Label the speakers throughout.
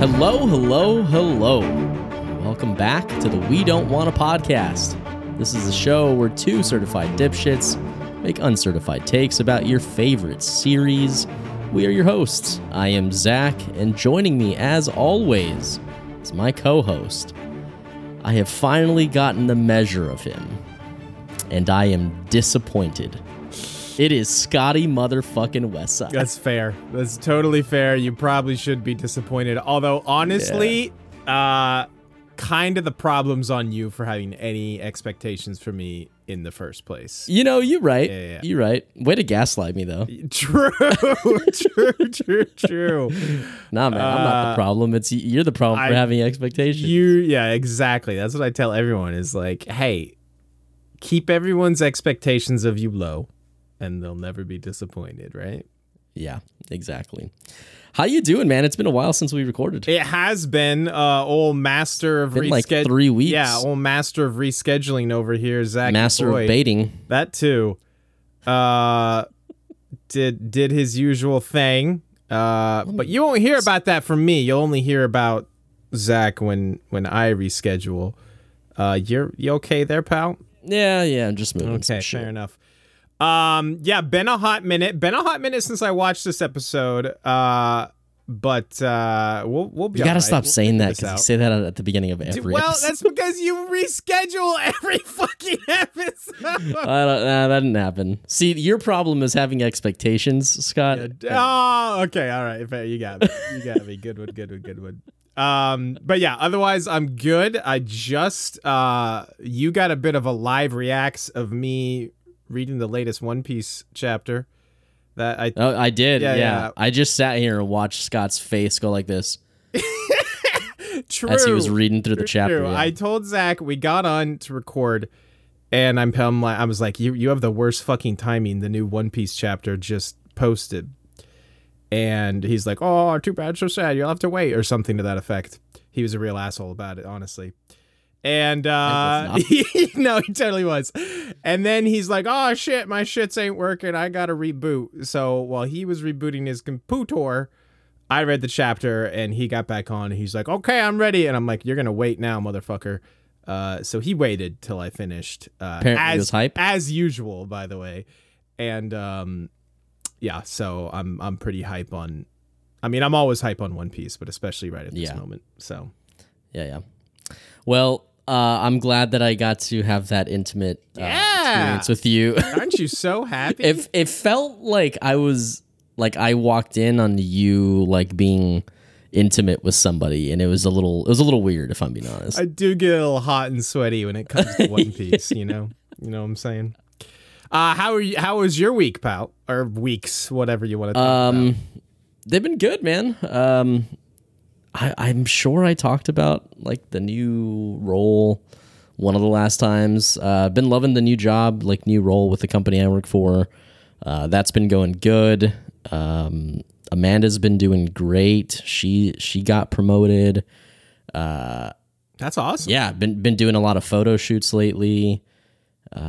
Speaker 1: Hello, hello, hello. Welcome back to the We Don't Want a Podcast. This is the show where two certified dipshits make uncertified takes about your favorite series. We are your hosts. I am Zach, and joining me, as always, is my co host. I have finally gotten the measure of him, and I am disappointed. It is Scotty motherfucking Westside.
Speaker 2: That's fair. That's totally fair. You probably should be disappointed. Although, honestly, uh, kind of the problem's on you for having any expectations for me in the first place.
Speaker 1: You know, you're right.
Speaker 2: Yeah, yeah.
Speaker 1: You're right. Way to gaslight me, though.
Speaker 2: True, true, true, true.
Speaker 1: Nah, man, I'm not the
Speaker 2: Uh,
Speaker 1: problem. It's you're the problem for
Speaker 2: I-
Speaker 1: having expectations.
Speaker 2: You, yeah, exactly. That's what I tell everyone is like, hey, keep everyone's expectations of you low and they'll never be disappointed, right?
Speaker 1: yeah, exactly. How you doing, man? It's been a while since we recorded.
Speaker 2: It has been uh old master of
Speaker 1: Been like
Speaker 2: resched-
Speaker 1: three weeks.
Speaker 2: Yeah, old master of rescheduling over here, Zach.
Speaker 1: Master
Speaker 2: boy.
Speaker 1: of baiting.
Speaker 2: That too. Uh did did his usual thing. Uh but you won't hear about that from me. You'll only hear about Zach when when I reschedule. Uh you're you okay there, pal?
Speaker 1: Yeah, yeah. I'm just moving. some
Speaker 2: Okay,
Speaker 1: shit.
Speaker 2: fair enough. Um, yeah, been a hot minute. Been a hot minute since I watched this episode. Uh, but uh, we'll we'll be.
Speaker 1: You gotta
Speaker 2: alright.
Speaker 1: stop
Speaker 2: We'll
Speaker 1: saying that
Speaker 2: figure
Speaker 1: because you
Speaker 2: this
Speaker 1: say that at the beginning of
Speaker 2: out.
Speaker 1: every.
Speaker 2: well,
Speaker 1: episode.
Speaker 2: that's because you reschedule every fucking episode.
Speaker 1: I don't, nah, that didn't happen. See, your problem is having expectations, Scott.
Speaker 2: oh, okay, all right, fair. You got me. You got me. Good one. Good one. Good one. Um, but yeah, otherwise I'm good. I just uh, you got a bit of a live reacts of me reading the latest One Piece chapter. That I
Speaker 1: Oh, I did.
Speaker 2: Yeah,
Speaker 1: Yeah,
Speaker 2: yeah.
Speaker 1: I just sat here and watched Scott's face go like this
Speaker 2: True.
Speaker 1: as he was reading through the
Speaker 2: True.
Speaker 1: chapter. yeah.
Speaker 2: I told Zach we got on to record, and I'm, I'm like, I was like, you you have the worst fucking timing. The new One Piece chapter just posted, and he's like, oh, too bad, so sad. You'll have to wait or something to that effect. He was a real asshole about it, honestly. And uh
Speaker 1: I
Speaker 2: no, he totally was. And then he's like, "Oh shit, my shits ain't working. I got to reboot." So while he was rebooting his computer, I read the chapter and he got back on. He's like, "Okay, I'm ready." And I'm like, "You're gonna wait now, motherfucker." Uh, so he waited till I finished. Uh,
Speaker 1: Apparently
Speaker 2: as
Speaker 1: he was hype.
Speaker 2: as usual, by the way. And um, yeah, so I'm I'm pretty hype on. I mean, I'm always hype on One Piece, but especially right at this
Speaker 1: Yeah.
Speaker 2: moment. So
Speaker 1: Yeah, yeah. Well, uh, I'm glad that I got to have that intimate uh,
Speaker 2: Yeah.
Speaker 1: experience with you.
Speaker 2: aren't you so happy?
Speaker 1: if it felt like I was like I walked in on you like being intimate with somebody, and it was a little it was a little weird if I'm being honest.
Speaker 2: I do get a little hot and sweaty when it comes to One Piece, you know? You know what I'm saying? Uh, how are you, how was your week, pal? Or weeks, whatever you want to talk
Speaker 1: um, they've been good, man. Um, I, I'm sure I talked about like the new role one of the last times. Uh, been loving the new job, like new role with the company I work for. Uh, that's been going good. Um, Amanda's been doing great. She she got promoted.
Speaker 2: That's awesome.
Speaker 1: Yeah, been been doing a lot of photo shoots lately. Um,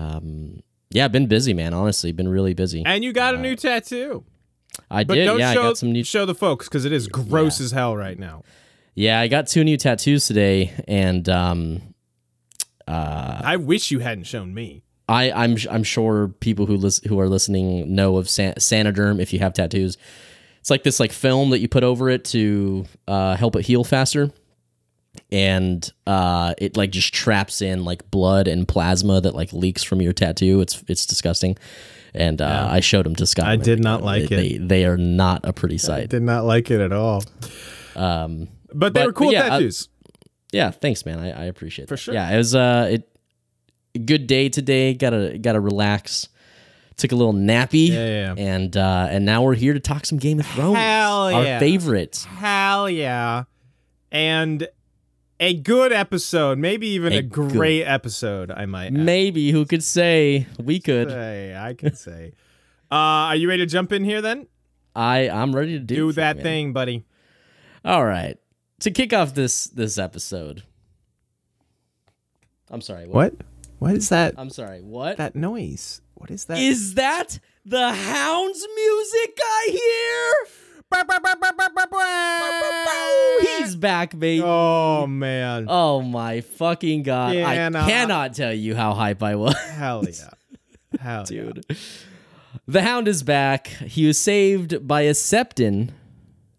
Speaker 1: yeah, been busy, man. Honestly, been really busy.
Speaker 2: And you got a new tattoo.
Speaker 1: I
Speaker 2: But
Speaker 1: did.
Speaker 2: don't
Speaker 1: Uh, Yeah,
Speaker 2: show,
Speaker 1: I got some new
Speaker 2: show the folks because it is gross as hell right now.
Speaker 1: Yeah, I got two new tattoos today, and um, Uh,
Speaker 2: I wish you hadn't shown me.
Speaker 1: I, I'm I'm sure people who lis- who are listening know of san- Sanoderm if you have tattoos. It's like this like film that you put over it to uh, help it heal faster, and uh, it like just traps in like blood and plasma that like leaks from your tattoo. It's it's disgusting, and uh, I showed them to Scott.
Speaker 2: I did not like
Speaker 1: they,
Speaker 2: it.
Speaker 1: They, they are not a pretty sight.
Speaker 2: Did not like it at all.
Speaker 1: Um,
Speaker 2: But they
Speaker 1: But-
Speaker 2: were cool
Speaker 1: but yeah, uh,
Speaker 2: tattoos.
Speaker 1: yeah thanks man i, I appreciate for
Speaker 2: sure.
Speaker 1: yeah it was uh it good day today gotta gotta relax took a little nappy
Speaker 2: yeah, yeah.
Speaker 1: and uh and now we're here to talk some game of thrones
Speaker 2: Hell
Speaker 1: our
Speaker 2: yeah.
Speaker 1: favorite
Speaker 2: Hell yeah. And a good episode, maybe even
Speaker 1: A
Speaker 2: a, great episode, I might add.
Speaker 1: maybe who could say we could
Speaker 2: say, I can say. Uh, are you ready to jump in here then?
Speaker 1: i i'm ready to do,
Speaker 2: Do
Speaker 1: the
Speaker 2: that
Speaker 1: man.
Speaker 2: thing, buddy.
Speaker 1: all right to kick off this this episode i'm sorry what,
Speaker 2: What is that
Speaker 1: i'm sorry what is
Speaker 2: that noise? What is that?
Speaker 1: that the hounds music i hear He's back, mate. Oh,
Speaker 2: Oh man.
Speaker 1: my fucking god! I
Speaker 2: Cannot.
Speaker 1: cannot tell you how hype I was,
Speaker 2: Hell yeah. Hell yeah.
Speaker 1: dude. The Hound is back. He was saved by a septon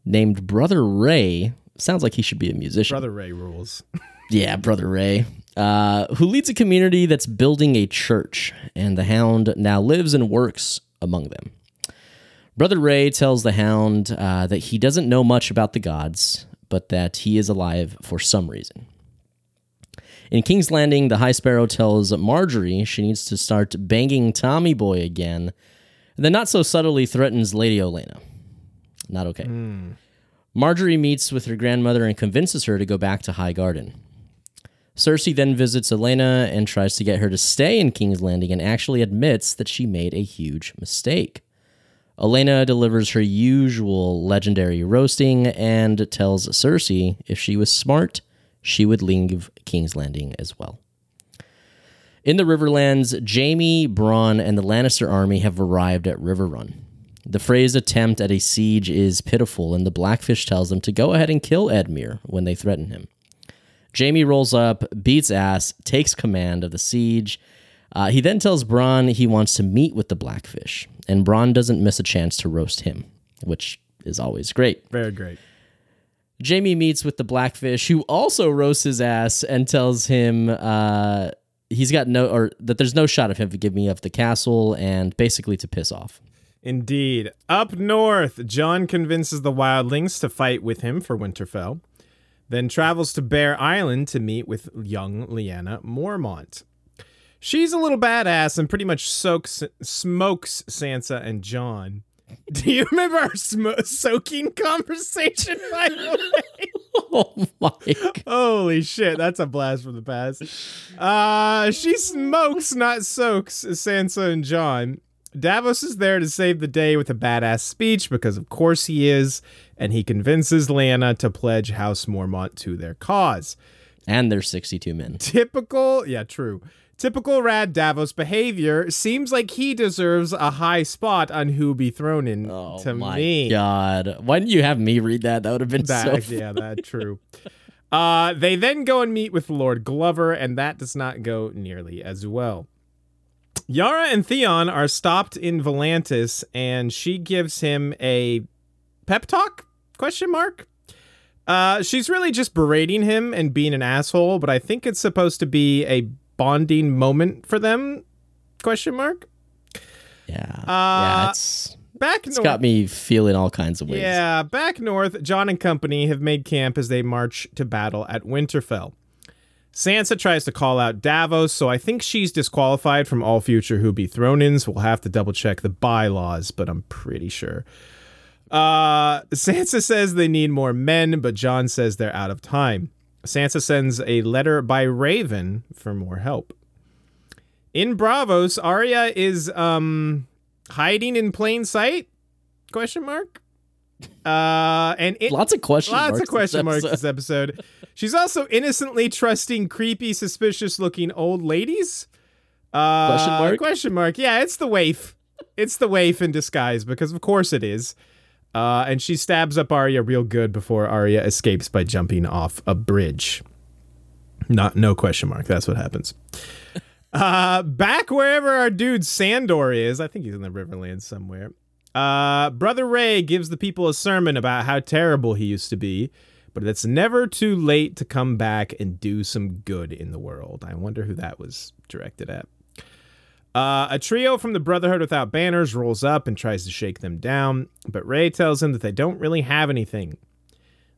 Speaker 1: named Brother Ray. Sounds like he should be a musician.
Speaker 2: Brother Ray rules.
Speaker 1: Yeah, Brother Ray, uh, who leads a community that's building a church, and the Hound now lives and works among them. Brother Ray tells the Hound uh, that he doesn't know much about the gods, but that he is alive for some reason. In King's Landing, the High Sparrow tells Marjorie she needs to start banging Tommy Boy again, and then not so subtly threatens Lady Olena. Not okay. Marjorie meets with her grandmother and convinces her to go back to High Garden. Cersei then visits Elena and tries to get her to stay in King's Landing and actually admits that she made a huge mistake. Elena delivers her usual legendary roasting and tells Cersei if she was smart, she would leave King's Landing as well. In the Riverlands, Jamie, Braun, and the Lannister army have arrived at Riverrun. The Frey's attempt at a siege is pitiful, and the Blackfish tells them to go ahead and kill Edmure when they threaten him. Jamie rolls up, beats ass, takes command of the siege. Uh, he then tells Braun he wants to meet with the Blackfish, and Braun doesn't miss a chance to roast him, which is always great.
Speaker 2: Very great.
Speaker 1: Jamie meets with the Blackfish, who also roasts his ass and tells him uh, he's got no, or that there's no shot of him giving up the castle, and basically to piss off.
Speaker 2: Indeed. Up north, John convinces the wildlings to fight with him for Winterfell, then travels to Bear Island to meet with young Lyanna Mormont. She's a little badass and pretty much soaks, smokes Sansa and John. Do you remember our sm- soaking conversation, by the way?
Speaker 1: Oh my! God.
Speaker 2: Holy shit, that's a blast from the past. Uh, she smokes, not soaks, Sansa and John. Davos is there to save the day with a badass speech because, of course, he is, and he convinces Lyanna to pledge House Mormont to their cause.
Speaker 1: And there's 62 men.
Speaker 2: Typical, yeah, true. Typical Rad Davos behavior seems like he deserves a high spot on who be thrown in
Speaker 1: Oh
Speaker 2: to
Speaker 1: my
Speaker 2: me.
Speaker 1: god! Why didn't you have me read that? That would have been so.
Speaker 2: That, yeah, that's true. Uh, they then go and meet with Lord Glover, and that does not go nearly as well. Yara and Theon are stopped in Volantis, and she gives him a pep talk? Question mark. Uh, she's really just berating him and being an asshole, but I think it's supposed to be a bonding moment for them? Question mark.
Speaker 1: Yeah,
Speaker 2: Uh,
Speaker 1: yeah. It's
Speaker 2: Back
Speaker 1: it's got me feeling all kinds of ways.
Speaker 2: Yeah, back north, John and company have made camp as they march to battle at Winterfell. Sansa tries to call out Davos, so I think she's disqualified from all future Who Be Thrown Ins. We'll have to double check the bylaws, but I'm pretty sure. Uh, Sansa says they need more men, but John says they're out of time. Sansa sends a letter by Raven for more help. In Bravos, Arya is um hiding in plain sight? Question mark. Uh, and it,
Speaker 1: Lots of question
Speaker 2: Lots
Speaker 1: marks.
Speaker 2: of question
Speaker 1: this
Speaker 2: marks
Speaker 1: episode.
Speaker 2: this episode. She's also innocently trusting creepy, suspicious looking old ladies. Uh,
Speaker 1: Question mark?
Speaker 2: Question mark. Yeah, it's the waif. It's the waif in disguise because, of course, it is. Uh, and she stabs up Arya real good before Arya escapes by jumping off a bridge. Not no question mark. That's what happens. Uh, back wherever our dude Sandor is, I think he's in the Riverlands somewhere. Uh, Brother Ray gives the people a sermon about how terrible he used to be, but it's never too late to come back and do some good in the world. I wonder who that was directed at. Uh, a trio from the Brotherhood Without Banners rolls up and tries to shake them down, but Ray tells him that they don't really have anything.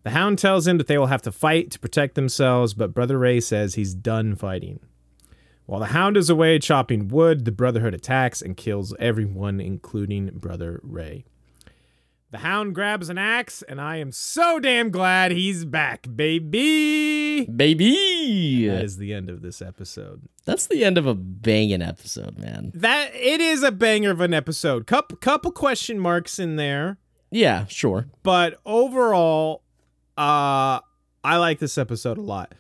Speaker 2: The Hound tells him that they will have to fight to protect themselves, but Brother Ray says he's done fighting. While the Hound is away chopping wood, the Brotherhood attacks and kills everyone, including Brother Ray. The Hound grabs an axe, and I am so damn glad he's back, baby! That
Speaker 1: Baby,
Speaker 2: is the end of this episode.
Speaker 1: that's the end of a banging episode, man.
Speaker 2: That it is a banger of an episode. Couple couple question marks in there,
Speaker 1: Yeah, sure.
Speaker 2: but overall, uh, I like this episode a lot.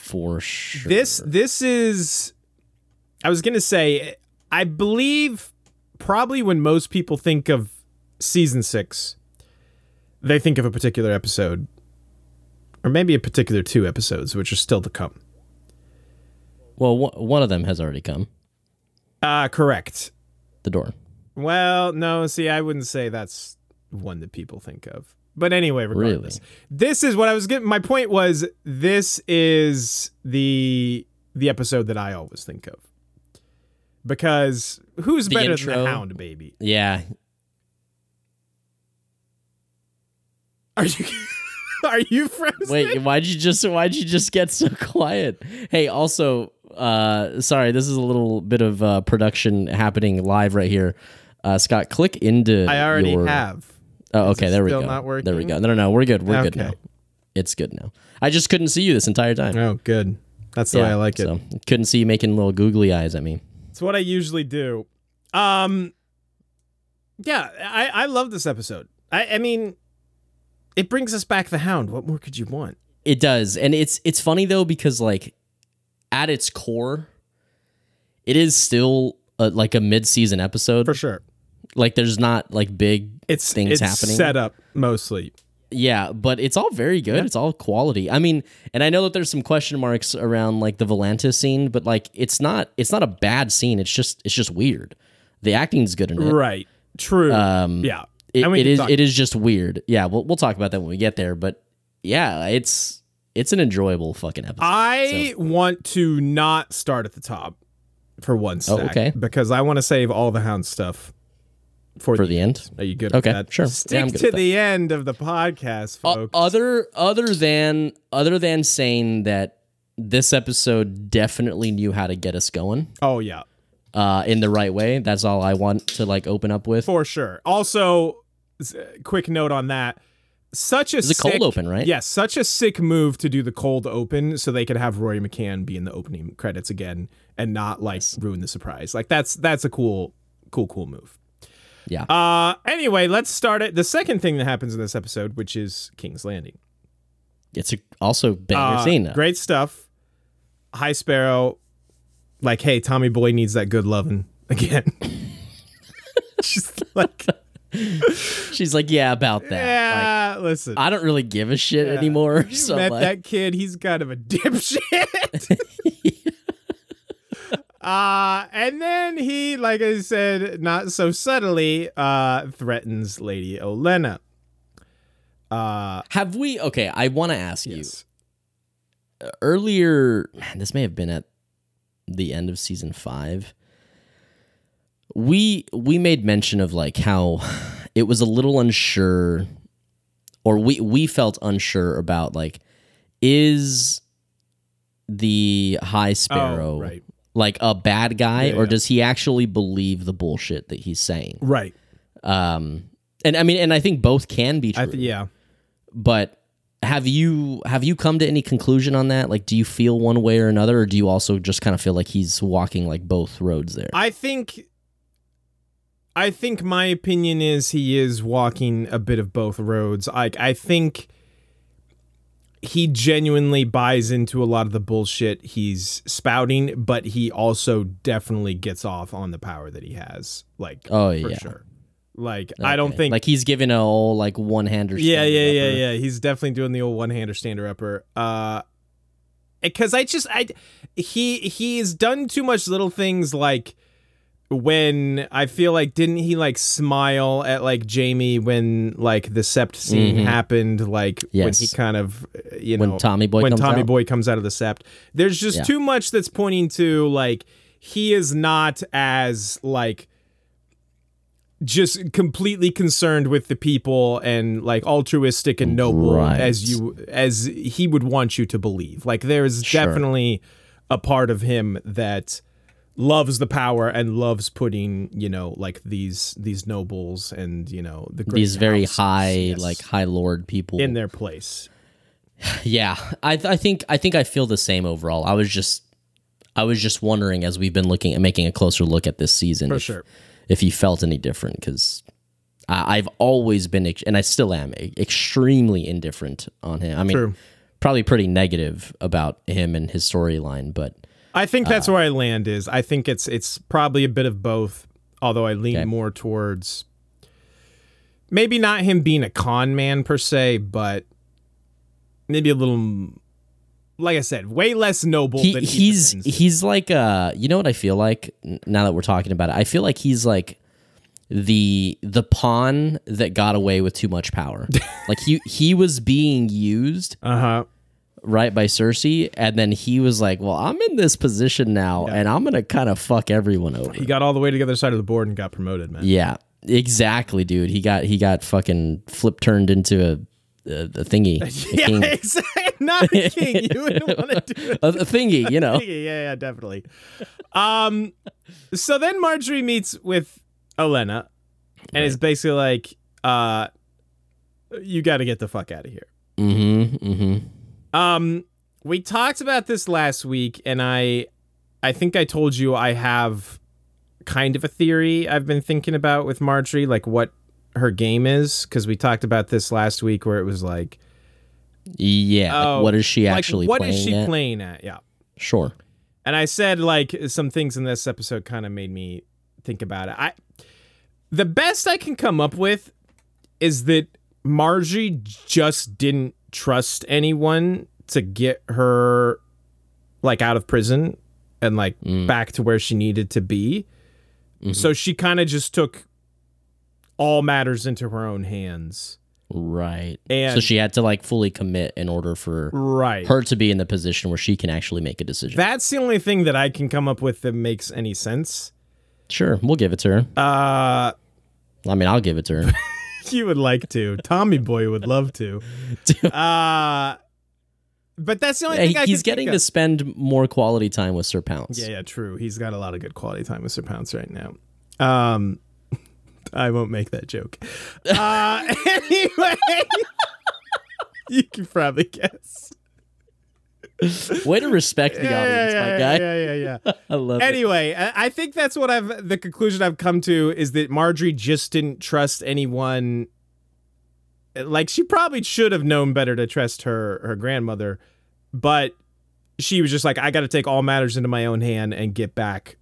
Speaker 1: For sure.
Speaker 2: This this is I was going to say I believe probably when most people think of season 6 they think of a particular episode or maybe a particular two episodes, which are still to come.
Speaker 1: Well, one one of them has already come.
Speaker 2: Uh, correct.
Speaker 1: The door.
Speaker 2: Well, no, see, I wouldn't say that's one that people think of. But anyway, regardless, this is what I was getting. My point was, this is the the episode that I always think of because who's
Speaker 1: The
Speaker 2: better than
Speaker 1: intro.
Speaker 2: the Hound, baby?
Speaker 1: Yeah.
Speaker 2: Are you are you frozen?
Speaker 1: Wait, why'd you just why'd you just get so quiet? Hey, also, uh, sorry, this is a little bit of uh, production happening live right here. Uh, Scott, click into.
Speaker 2: I already
Speaker 1: your-
Speaker 2: have.
Speaker 1: Oh,
Speaker 2: Is
Speaker 1: okay.
Speaker 2: it
Speaker 1: There we
Speaker 2: still
Speaker 1: go.
Speaker 2: not working?
Speaker 1: There we go. No, no, no. We're good. We're good
Speaker 2: Okay.
Speaker 1: now. It's good now. I just couldn't see you this entire time.
Speaker 2: Oh, good. That's the way I like it.
Speaker 1: So couldn't see you making little googly eyes at me.
Speaker 2: It's what I usually do. Um Yeah, I, I love this episode. I, I mean it brings us back the hound. What more could you want?
Speaker 1: It does. And it's it's funny though because like at its core it is still a, like a mid-season episode.
Speaker 2: For sure.
Speaker 1: Like there's not like big
Speaker 2: It's
Speaker 1: Things
Speaker 2: it's
Speaker 1: happening.
Speaker 2: set up mostly.
Speaker 1: yeah, but it's all very good. It's all quality. I mean, and I know that there's some question marks around like the Volanta scene, but like it's not it's not a bad scene. It's just it's just weird. The acting's good in it.
Speaker 2: Right. True.
Speaker 1: Um
Speaker 2: yeah.
Speaker 1: it,
Speaker 2: And we
Speaker 1: it
Speaker 2: can
Speaker 1: is
Speaker 2: talk-
Speaker 1: it is just weird. Yeah, we'll we'll talk about that when we get there, but yeah, it's it's an enjoyable fucking episode.
Speaker 2: I want to not start at the top for one stack
Speaker 1: Oh, okay.
Speaker 2: because I want to save all the hound stuff for,
Speaker 1: for
Speaker 2: the
Speaker 1: the end.
Speaker 2: Are you good
Speaker 1: Okay,
Speaker 2: with that?
Speaker 1: sure. Yeah, I'm good
Speaker 2: Stick to
Speaker 1: with Oh.
Speaker 2: the end of the podcast,
Speaker 1: O-
Speaker 2: folks.
Speaker 1: other other than other than saying that this episode definitely knew how to get us going
Speaker 2: oh yeah.
Speaker 1: uh, in the right way. That's all I want to like open up with.
Speaker 2: For sure. Also, s- quick note on that. Such a
Speaker 1: It's a cold
Speaker 2: sick-
Speaker 1: open, right?
Speaker 2: Yes, such a sick move to do the cold open so they could have Rory McCann be in the opening credits again and not like ruin the surprise. Like that's that's a cool, cool, cool move.
Speaker 1: Yeah.
Speaker 2: Uh anyway, let's start it. The second thing that happens in this episode, which is King's Landing.
Speaker 1: It's a, also banger
Speaker 2: Uh,
Speaker 1: scene. though.
Speaker 2: Great stuff. High Sparrow, like, hey, Tommy Boy needs that good loving again. Just like
Speaker 1: She's like, yeah, about that. Like,
Speaker 2: Yeah, listen.
Speaker 1: I don't really give a shit
Speaker 2: Yeah.
Speaker 1: anymore.
Speaker 2: you
Speaker 1: So
Speaker 2: met
Speaker 1: like,
Speaker 2: that kid. He's kind of a dipshit. uh, and then he, like I said, not so subtly, uh, threatens Lady Olena. Uh,
Speaker 1: have we? Okay, I want to ask you.
Speaker 2: yes.
Speaker 1: earlier man, this may have been at the end of season five we we made mention of like how it was a little unsure or we we felt unsure about like is the high sparrow
Speaker 2: Oh, right.
Speaker 1: like a bad guy
Speaker 2: Yeah,
Speaker 1: or
Speaker 2: yeah.
Speaker 1: does he actually believe the bullshit that he's saying
Speaker 2: Right.
Speaker 1: um and i mean and i think both can be true
Speaker 2: I th- yeah.
Speaker 1: but have you have you come to any conclusion on that like do you feel one way or another or do you also just kind of feel like he's walking like both roads there
Speaker 2: I think. I think my opinion is he is walking a bit of both roads. I I think he genuinely buys into a lot of the bullshit he's spouting, but he also definitely gets off on the power that he has. Like
Speaker 1: oh
Speaker 2: for
Speaker 1: yeah
Speaker 2: sure. Like I don't
Speaker 1: Okay.
Speaker 2: think
Speaker 1: like he's giving a whole like one-hander
Speaker 2: yeah, yeah, yeah,
Speaker 1: stand-upper.
Speaker 2: yeah. He's definitely doing the old one-hander stander upper. Uh cuz I just I he he's done too much little things like when I feel like didn't he like smile at like Jamie when like the sept scene
Speaker 1: Mhm.
Speaker 2: happened like when
Speaker 1: Yes.
Speaker 2: he kind of uh, you
Speaker 1: when
Speaker 2: know
Speaker 1: tommy boy
Speaker 2: when
Speaker 1: comes
Speaker 2: Tommy
Speaker 1: out.
Speaker 2: Boy comes out of the sept. There's just
Speaker 1: Yeah.
Speaker 2: too much that's pointing to like he is not as like just completely concerned with the people and like altruistic and noble
Speaker 1: Right.
Speaker 2: as you as he would want you to believe. Like there is
Speaker 1: Sure.
Speaker 2: definitely a part of him that loves the power and loves putting, you know, like these these nobles and, you know, the great
Speaker 1: these very
Speaker 2: houses,
Speaker 1: high
Speaker 2: yes,
Speaker 1: like high lord people
Speaker 2: in their place.
Speaker 1: yeah I, th- I think i think i feel the same overall i was just i was just wondering as we've been looking at making a closer look at this season
Speaker 2: For
Speaker 1: if-
Speaker 2: sure.
Speaker 1: if he felt any different because I've always been ex- and I still am e- extremely indifferent on him. I mean,
Speaker 2: True.
Speaker 1: probably pretty negative about him and his storyline, but
Speaker 2: I think that's
Speaker 1: Uh,
Speaker 2: where I land is. I think it's it's probably a bit of both, although I lean
Speaker 1: Okay.
Speaker 2: more towards maybe not him being a con man per se, but maybe a little, like I said, way less noble.
Speaker 1: He,
Speaker 2: than he
Speaker 1: he's
Speaker 2: pretends.
Speaker 1: he's like uh you know what I feel like N- now that we're talking about it I feel like he's like the the pawn that got away with too much power like he he was being used
Speaker 2: uh-huh.
Speaker 1: right by Cersei and then he was like well I'm in this position now and I'm gonna kind of fuck everyone over
Speaker 2: He got all the way to the other side of the board and got promoted, man.
Speaker 1: yeah exactly dude he got he got fucking flip turned into a a, a thingy a,
Speaker 2: Yeah,
Speaker 1: king.
Speaker 2: exactly. Not a king. You wouldn't want to do it.
Speaker 1: A- a thingy you know
Speaker 2: Yeah, yeah, yeah, definitely. Um, so then Marjorie meets with Elena, and it's basically like, uh, you got to get the fuck out of here.
Speaker 1: mm-hmm mm-hmm
Speaker 2: Um, we talked about this last week, and I, I think I told you I have kind of a theory I've been thinking about with Marjorie, like what her game is, because we talked about this last week where it was like,
Speaker 1: yeah like,
Speaker 2: Oh,
Speaker 1: what is she
Speaker 2: like,
Speaker 1: actually
Speaker 2: what
Speaker 1: playing
Speaker 2: is she
Speaker 1: at?
Speaker 2: playing at? Yeah.
Speaker 1: sure
Speaker 2: And I said like some things in this episode kind of made me think about it. I the best I can come up with is that Margie just didn't trust anyone to get her like out of prison and like
Speaker 1: Mm.
Speaker 2: back to where she needed to be.
Speaker 1: Mhm.
Speaker 2: So she kind of just took all matters into her own hands.
Speaker 1: Right.
Speaker 2: And
Speaker 1: so she had to like fully commit in order for
Speaker 2: right.
Speaker 1: her to be in the position where she can actually make a decision.
Speaker 2: That's the only thing that I can come up with that makes any sense.
Speaker 1: sure, we'll give it to her.
Speaker 2: Uh
Speaker 1: I mean, I'll give it to her.
Speaker 2: you would like to. Tommy Boy would love to. Uh but that's the only thing I
Speaker 1: He's
Speaker 2: can
Speaker 1: getting
Speaker 2: think
Speaker 1: to
Speaker 2: of.
Speaker 1: spend more quality time with Sir Pounce.
Speaker 2: Yeah, yeah, true. He's got a lot of good quality time with Sir Pounce right now. Um, I won't make that joke. Uh, anyway, you can probably guess.
Speaker 1: Way to respect the audience, my guy.
Speaker 2: yeah, yeah, yeah, yeah.
Speaker 1: I love it.
Speaker 2: anyway, I I think that's what I've the conclusion I've come to is that Marjorie just didn't trust anyone. Like she probably should have known better to trust her her grandmother, but she was just like, I got to take all matters into my own hand and get back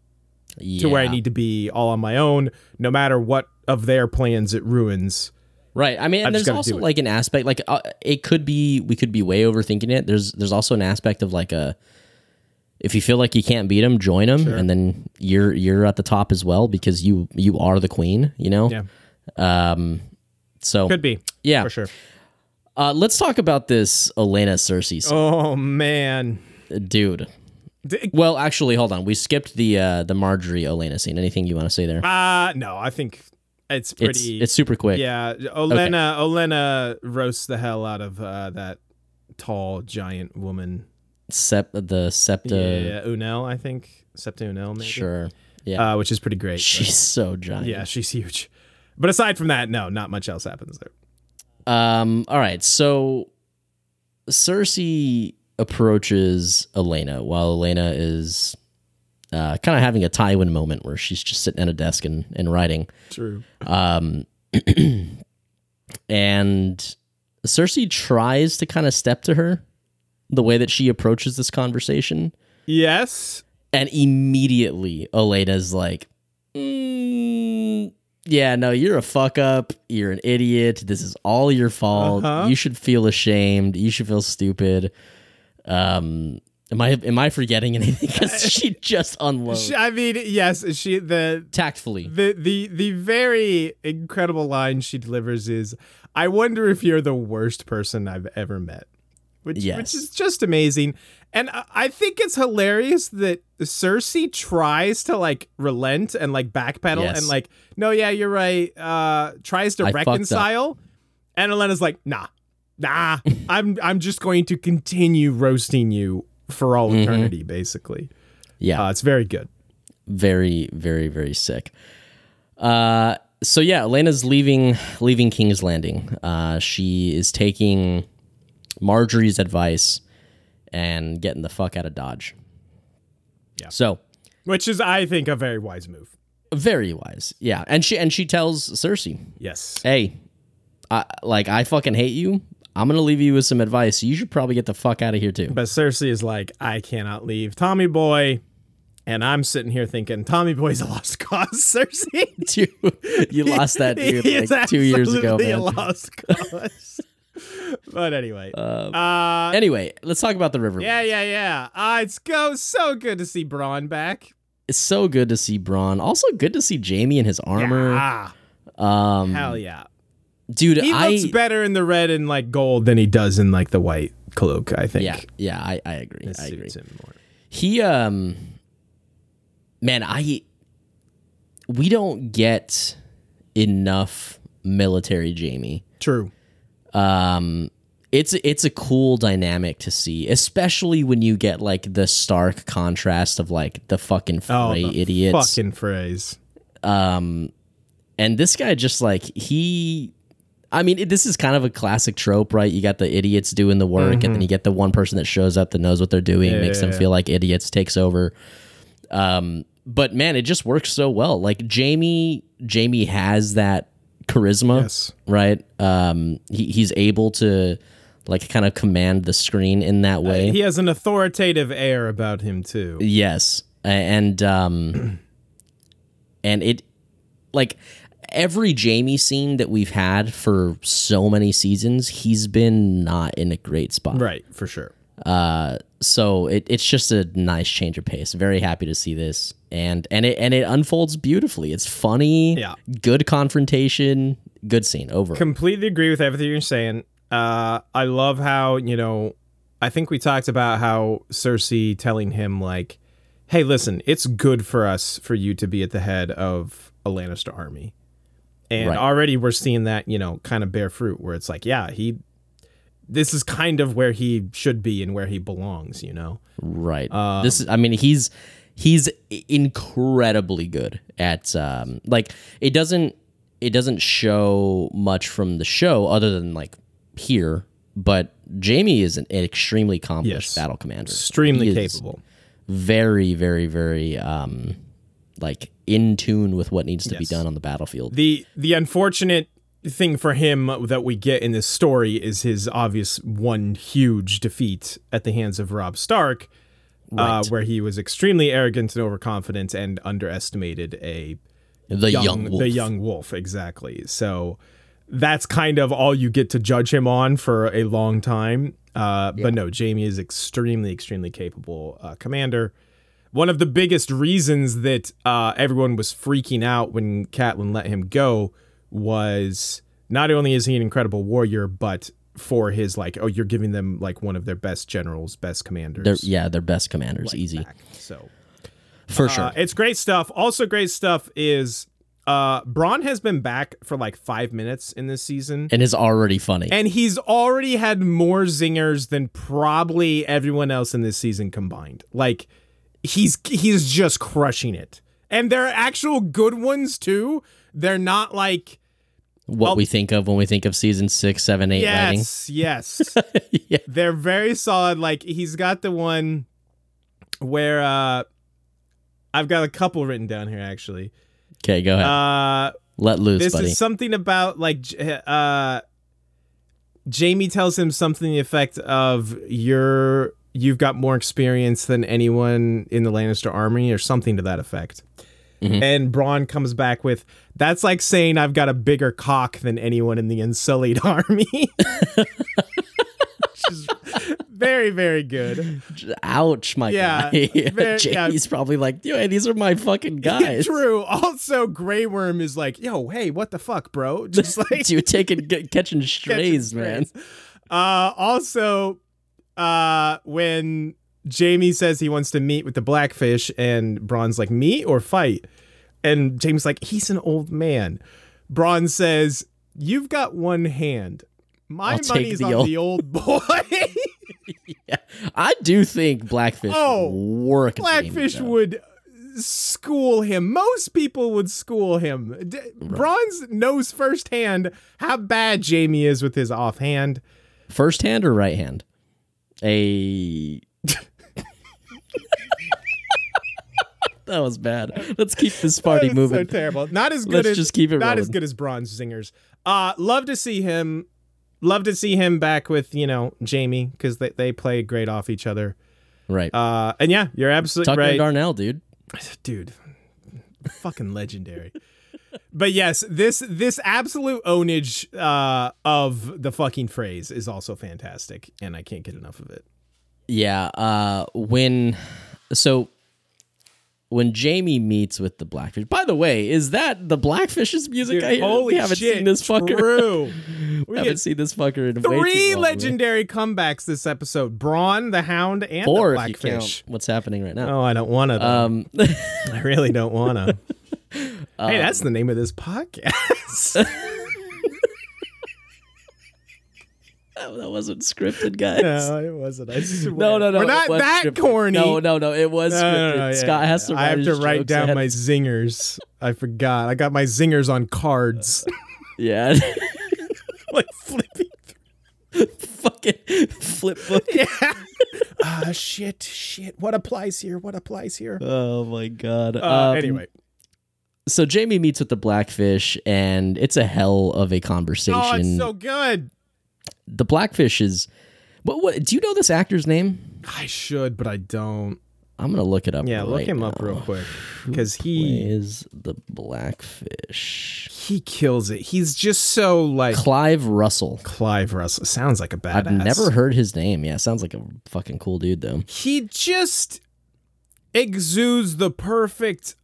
Speaker 2: to where I
Speaker 1: Yeah.
Speaker 2: need to be all on my own, no matter what of their plans it ruins.
Speaker 1: Right. I mean, and
Speaker 2: I'm just
Speaker 1: there's
Speaker 2: gonna
Speaker 1: also
Speaker 2: do it.
Speaker 1: like an aspect like uh, it could be we could be way overthinking it. There's there's also an aspect of like a if you feel like you can't beat him, join him, and then you're you're at the top as well because you you are the queen. You know.
Speaker 2: Yeah.
Speaker 1: Um. So
Speaker 2: Could be
Speaker 1: yeah,
Speaker 2: for sure.
Speaker 1: uh, let's talk about this Elena Cersei, s-
Speaker 2: Oh man,
Speaker 1: dude.
Speaker 2: D-
Speaker 1: Well, actually, hold on. We skipped the uh, the Marjorie Elena scene. Anything you want to say there?
Speaker 2: uh, no, I think it's pretty.
Speaker 1: It's it's super quick.
Speaker 2: Yeah, Olena Olena roasts the hell out of uh, that tall giant woman.
Speaker 1: Sep- the septa.
Speaker 2: yeah, Unel, I think Septa Unel, maybe.
Speaker 1: Sure. Yeah.
Speaker 2: Uh, which is pretty great.
Speaker 1: She's so
Speaker 2: but-
Speaker 1: giant.
Speaker 2: yeah, she's huge. But aside from that, no, not much else happens there.
Speaker 1: Um, all right, so Cersei approaches Elena while Elena is uh, kind of having a Tywin moment where she's just sitting at a desk and, and writing.
Speaker 2: True.
Speaker 1: Um, and Cersei tries to kind of step to her the way that she approaches this conversation.
Speaker 2: Yes.
Speaker 1: And immediately Elena's like, "Mm, yeah, no, you're a fuck up. You're an idiot. This is all your fault.
Speaker 2: Uh-huh.
Speaker 1: You should feel ashamed. You should feel stupid. Um, am I am I forgetting anything? Because she just unloads
Speaker 2: She- I mean, yes. She the
Speaker 1: tactfully.
Speaker 2: the the the very incredible line she delivers is, "I wonder if you're the worst person I've ever met," which
Speaker 1: Yes.
Speaker 2: which is just amazing. And I, I think it's hilarious that Cersei tries to like relent and like backpedal
Speaker 1: Yes.
Speaker 2: and like, no, yeah, you're right. Uh, tries to
Speaker 1: I fucked up.
Speaker 2: reconcile, and Elena's like, nah, nah, I'm I'm just going to continue roasting you for all
Speaker 1: Mhm.
Speaker 2: eternity, basically.
Speaker 1: Yeah,
Speaker 2: Uh, it's very good.
Speaker 1: very very very sick. Uh, so yeah, Elena's leaving leaving King's Landing. Uh, she is taking Marjorie's advice and getting the fuck out of Dodge.
Speaker 2: Yeah.
Speaker 1: So
Speaker 2: Which is, I think, a very wise move.
Speaker 1: very wise. Yeah, and she and she tells Cersei,
Speaker 2: Yes.
Speaker 1: "Hey, I like I fucking hate you. I'm gonna leave you with some advice. You should probably get the fuck out of here too."
Speaker 2: But Cersei is like, I cannot leave Tommy Boy. And I'm sitting here thinking, Tommy Boy's a lost cause, Cersei.
Speaker 1: Dude, you lost that dude
Speaker 2: He is
Speaker 1: like two years ago,
Speaker 2: absolutely
Speaker 1: man.
Speaker 2: a lost cause. but anyway.
Speaker 1: Uh,
Speaker 2: Uh,
Speaker 1: anyway, let's talk about the river.
Speaker 2: yeah, yeah, yeah. Uh, it's go so good to see Braun back.
Speaker 1: It's so good to see Braun. Also good to see Jamie in his armor.
Speaker 2: Yeah.
Speaker 1: Um
Speaker 2: Ah. Hell yeah.
Speaker 1: dude,
Speaker 2: He
Speaker 1: I
Speaker 2: looks better in the red and like gold than he does in like the white cloak, I think.
Speaker 1: Yeah, yeah, I, I agree.
Speaker 2: This
Speaker 1: I agree.
Speaker 2: suits him more.
Speaker 1: He um man, I we don't get enough military Jamie.
Speaker 2: True.
Speaker 1: um it's it's a cool dynamic to see especially when you get like the stark contrast of like the fucking
Speaker 2: Oh,
Speaker 1: fray
Speaker 2: the
Speaker 1: idiots
Speaker 2: Fucking phrase.
Speaker 1: um and this guy just like he i mean it, this is kind of a classic trope right you got the idiots doing the work and then you get the one person that shows up that knows what they're doing
Speaker 2: Yeah,
Speaker 1: makes
Speaker 2: yeah,
Speaker 1: them
Speaker 2: Mm-hmm. yeah.
Speaker 1: feel like idiots takes over um but man it just works so well like jamie jamie has that charisma
Speaker 2: Yes.
Speaker 1: right? Um, he, he's able to like kind of command the screen in that way.
Speaker 2: He has an authoritative air about him too.
Speaker 1: yes, A- and um, and it like every Jamie scene that we've had for so many seasons, he's been not in a great spot.
Speaker 2: Right, for sure.
Speaker 1: Uh, so it, it's just a nice change of pace. Very happy to see this, and and it and it unfolds beautifully. It's funny.
Speaker 2: Yeah.
Speaker 1: Good confrontation. Good scene. Over.
Speaker 2: Completely agree with everything you're saying. Uh, I love how, you know, I think we talked about how Cersei telling him, like, hey, listen, it's good for us for you to be at the head of a Lannister army. And
Speaker 1: Right.
Speaker 2: already we're seeing that, you know, kind of bear fruit where it's like, yeah, he, this is kind of where he should be and where he belongs, you know?
Speaker 1: Right.
Speaker 2: Um,
Speaker 1: this is. I mean, he's he's i- incredibly good at um, like it doesn't it doesn't show much from the show other than like here, but Jamie is an extremely accomplished
Speaker 2: Yes.
Speaker 1: battle commander.
Speaker 2: Extremely
Speaker 1: He is
Speaker 2: capable.
Speaker 1: Very, very, very um, like in tune with what needs to be
Speaker 2: Yes.
Speaker 1: done on the battlefield.
Speaker 2: the the unfortunate thing for him that we get in this story is his obvious one huge defeat at the hands of Rob Stark, uh,
Speaker 1: Right.
Speaker 2: where he was extremely arrogant and overconfident and underestimated a
Speaker 1: the young, wolf.
Speaker 2: the young wolf exactly. So that's kind of all you get to judge him on for a long time. Uh, But no, Jamie is extremely, extremely capable uh, commander. One of the biggest reasons that uh, everyone was freaking out when Catelyn let him go was not only is he an incredible warrior, but for his like, oh, you're giving them like one of their best generals, best commanders.
Speaker 1: They're, yeah, they're best commanders. Easy
Speaker 2: back. So
Speaker 1: for sure.
Speaker 2: uh, it's great stuff. Also, great stuff is uh Braun has been back for like five minutes in this season.
Speaker 1: and is already funny.
Speaker 2: And he's already had more zingers than probably everyone else in this season combined. Like he's he's just crushing it. And they're actual good ones too. They're not like
Speaker 1: what we think of when we think of season six, seven, eight writing.
Speaker 2: yes, yes.
Speaker 1: yeah.
Speaker 2: They're very solid. Like he's got the one where uh I've got a couple written down here actually.
Speaker 1: Okay, go ahead.
Speaker 2: Uh
Speaker 1: Let loose,
Speaker 2: this
Speaker 1: buddy.
Speaker 2: is something about like J- uh Jamie tells him something to the effect of you're you've got more experience than anyone in the Lannister army or something to that effect.
Speaker 1: Mhm.
Speaker 2: And Braun comes back with that's like saying I've got a bigger cock than anyone in the Unsullied army. Which is very very good.
Speaker 1: Ouch, my
Speaker 2: Yeah,
Speaker 1: guy.
Speaker 2: very-
Speaker 1: Jamie's
Speaker 2: yeah.
Speaker 1: probably like, dude, these are my fucking guys.
Speaker 2: True. Also Grey Worm is like, "Yo, hey, what the fuck, bro?" Just like
Speaker 1: You're taking g- catching strays,
Speaker 2: catches
Speaker 1: man.
Speaker 2: strays. Uh, also, uh, when Jamie says he wants to meet with the Blackfish, and Braun's like, "Meet or fight?" and Jamie's like, "He's an old man." Braun says, "You've got one hand. My
Speaker 1: I'll take
Speaker 2: money's
Speaker 1: the
Speaker 2: on
Speaker 1: old-
Speaker 2: the old boy."
Speaker 1: I do think Blackfish
Speaker 2: Oh,
Speaker 1: would work.
Speaker 2: Blackfish
Speaker 1: Jamie, though.
Speaker 2: would school him. Most people would school him. D- Braun's knows firsthand how bad Jamie is with his offhand.
Speaker 1: First hand or right hand? A. that was bad. Let's keep this party
Speaker 2: That's
Speaker 1: moving.
Speaker 2: So terrible. Not as good
Speaker 1: Let's
Speaker 2: as
Speaker 1: just keep it
Speaker 2: not as
Speaker 1: rolling.
Speaker 2: good as bronze zingers. Uh love to see him. Love to see him back with you know Jamie because they, they play great off each other.
Speaker 1: right.
Speaker 2: Uh and yeah, you're absolutely
Speaker 1: Tucker and
Speaker 2: right,
Speaker 1: Darnell, dude.
Speaker 2: dude. Fucking legendary. but yes, this this absolute ownage uh, of the fucking phrase is also fantastic, and I can't get enough of it.
Speaker 1: Yeah. Uh, when so when Jamie meets with the blackfish. By the way, is that the blackfish's music?
Speaker 2: Dude,
Speaker 1: I hear?
Speaker 2: holy
Speaker 1: we haven't
Speaker 2: shit!
Speaker 1: seen this fucker.
Speaker 2: True.
Speaker 1: we
Speaker 2: We
Speaker 1: haven't
Speaker 2: get
Speaker 1: seen this fucker in way
Speaker 2: three
Speaker 1: too long.
Speaker 2: legendary comebacks this episode: Brawn, the Hound, and
Speaker 1: Four,
Speaker 2: the
Speaker 1: if you count
Speaker 2: Blackfish.
Speaker 1: what's happening right now.
Speaker 2: Oh, I don't want to.
Speaker 1: Um,
Speaker 2: I really don't want to. hey, that's
Speaker 1: Um,
Speaker 2: the name of this podcast.
Speaker 1: that wasn't scripted, guys.
Speaker 2: no, it wasn't. I swear.
Speaker 1: No, no, no.
Speaker 2: We're
Speaker 1: it
Speaker 2: not
Speaker 1: was
Speaker 2: that
Speaker 1: scripted.
Speaker 2: corny.
Speaker 1: No, no, no. It was
Speaker 2: No, no,
Speaker 1: scripted.
Speaker 2: no, yeah,
Speaker 1: Scott has to
Speaker 2: yeah.
Speaker 1: write
Speaker 2: I have
Speaker 1: his
Speaker 2: to write
Speaker 1: jokes
Speaker 2: down
Speaker 1: ahead.
Speaker 2: my zingers. I forgot. I got my zingers on cards.
Speaker 1: Yeah.
Speaker 2: like flipping.
Speaker 1: Fucking flip book.
Speaker 2: Yeah. Ah, shit, shit. What applies here? What applies here?
Speaker 1: Oh my god.
Speaker 2: Uh,
Speaker 1: Um,
Speaker 2: anyway.
Speaker 1: so Jamie meets with the blackfish, and it's a hell of a conversation.
Speaker 2: Oh, it's so good.
Speaker 1: the blackfish is. What, what? Do you know this actor's name?
Speaker 2: I should, but I don't.
Speaker 1: I'm gonna look it up.
Speaker 2: Yeah, look
Speaker 1: right
Speaker 2: him up
Speaker 1: now.
Speaker 2: real quick because he
Speaker 1: Plays the blackfish.
Speaker 2: he kills it. He's just so like
Speaker 1: Clive Russell.
Speaker 2: Clive Russell. Sounds like a badass.
Speaker 1: I've never heard his name. Yeah, sounds like a fucking cool dude though.
Speaker 2: He just exudes the perfect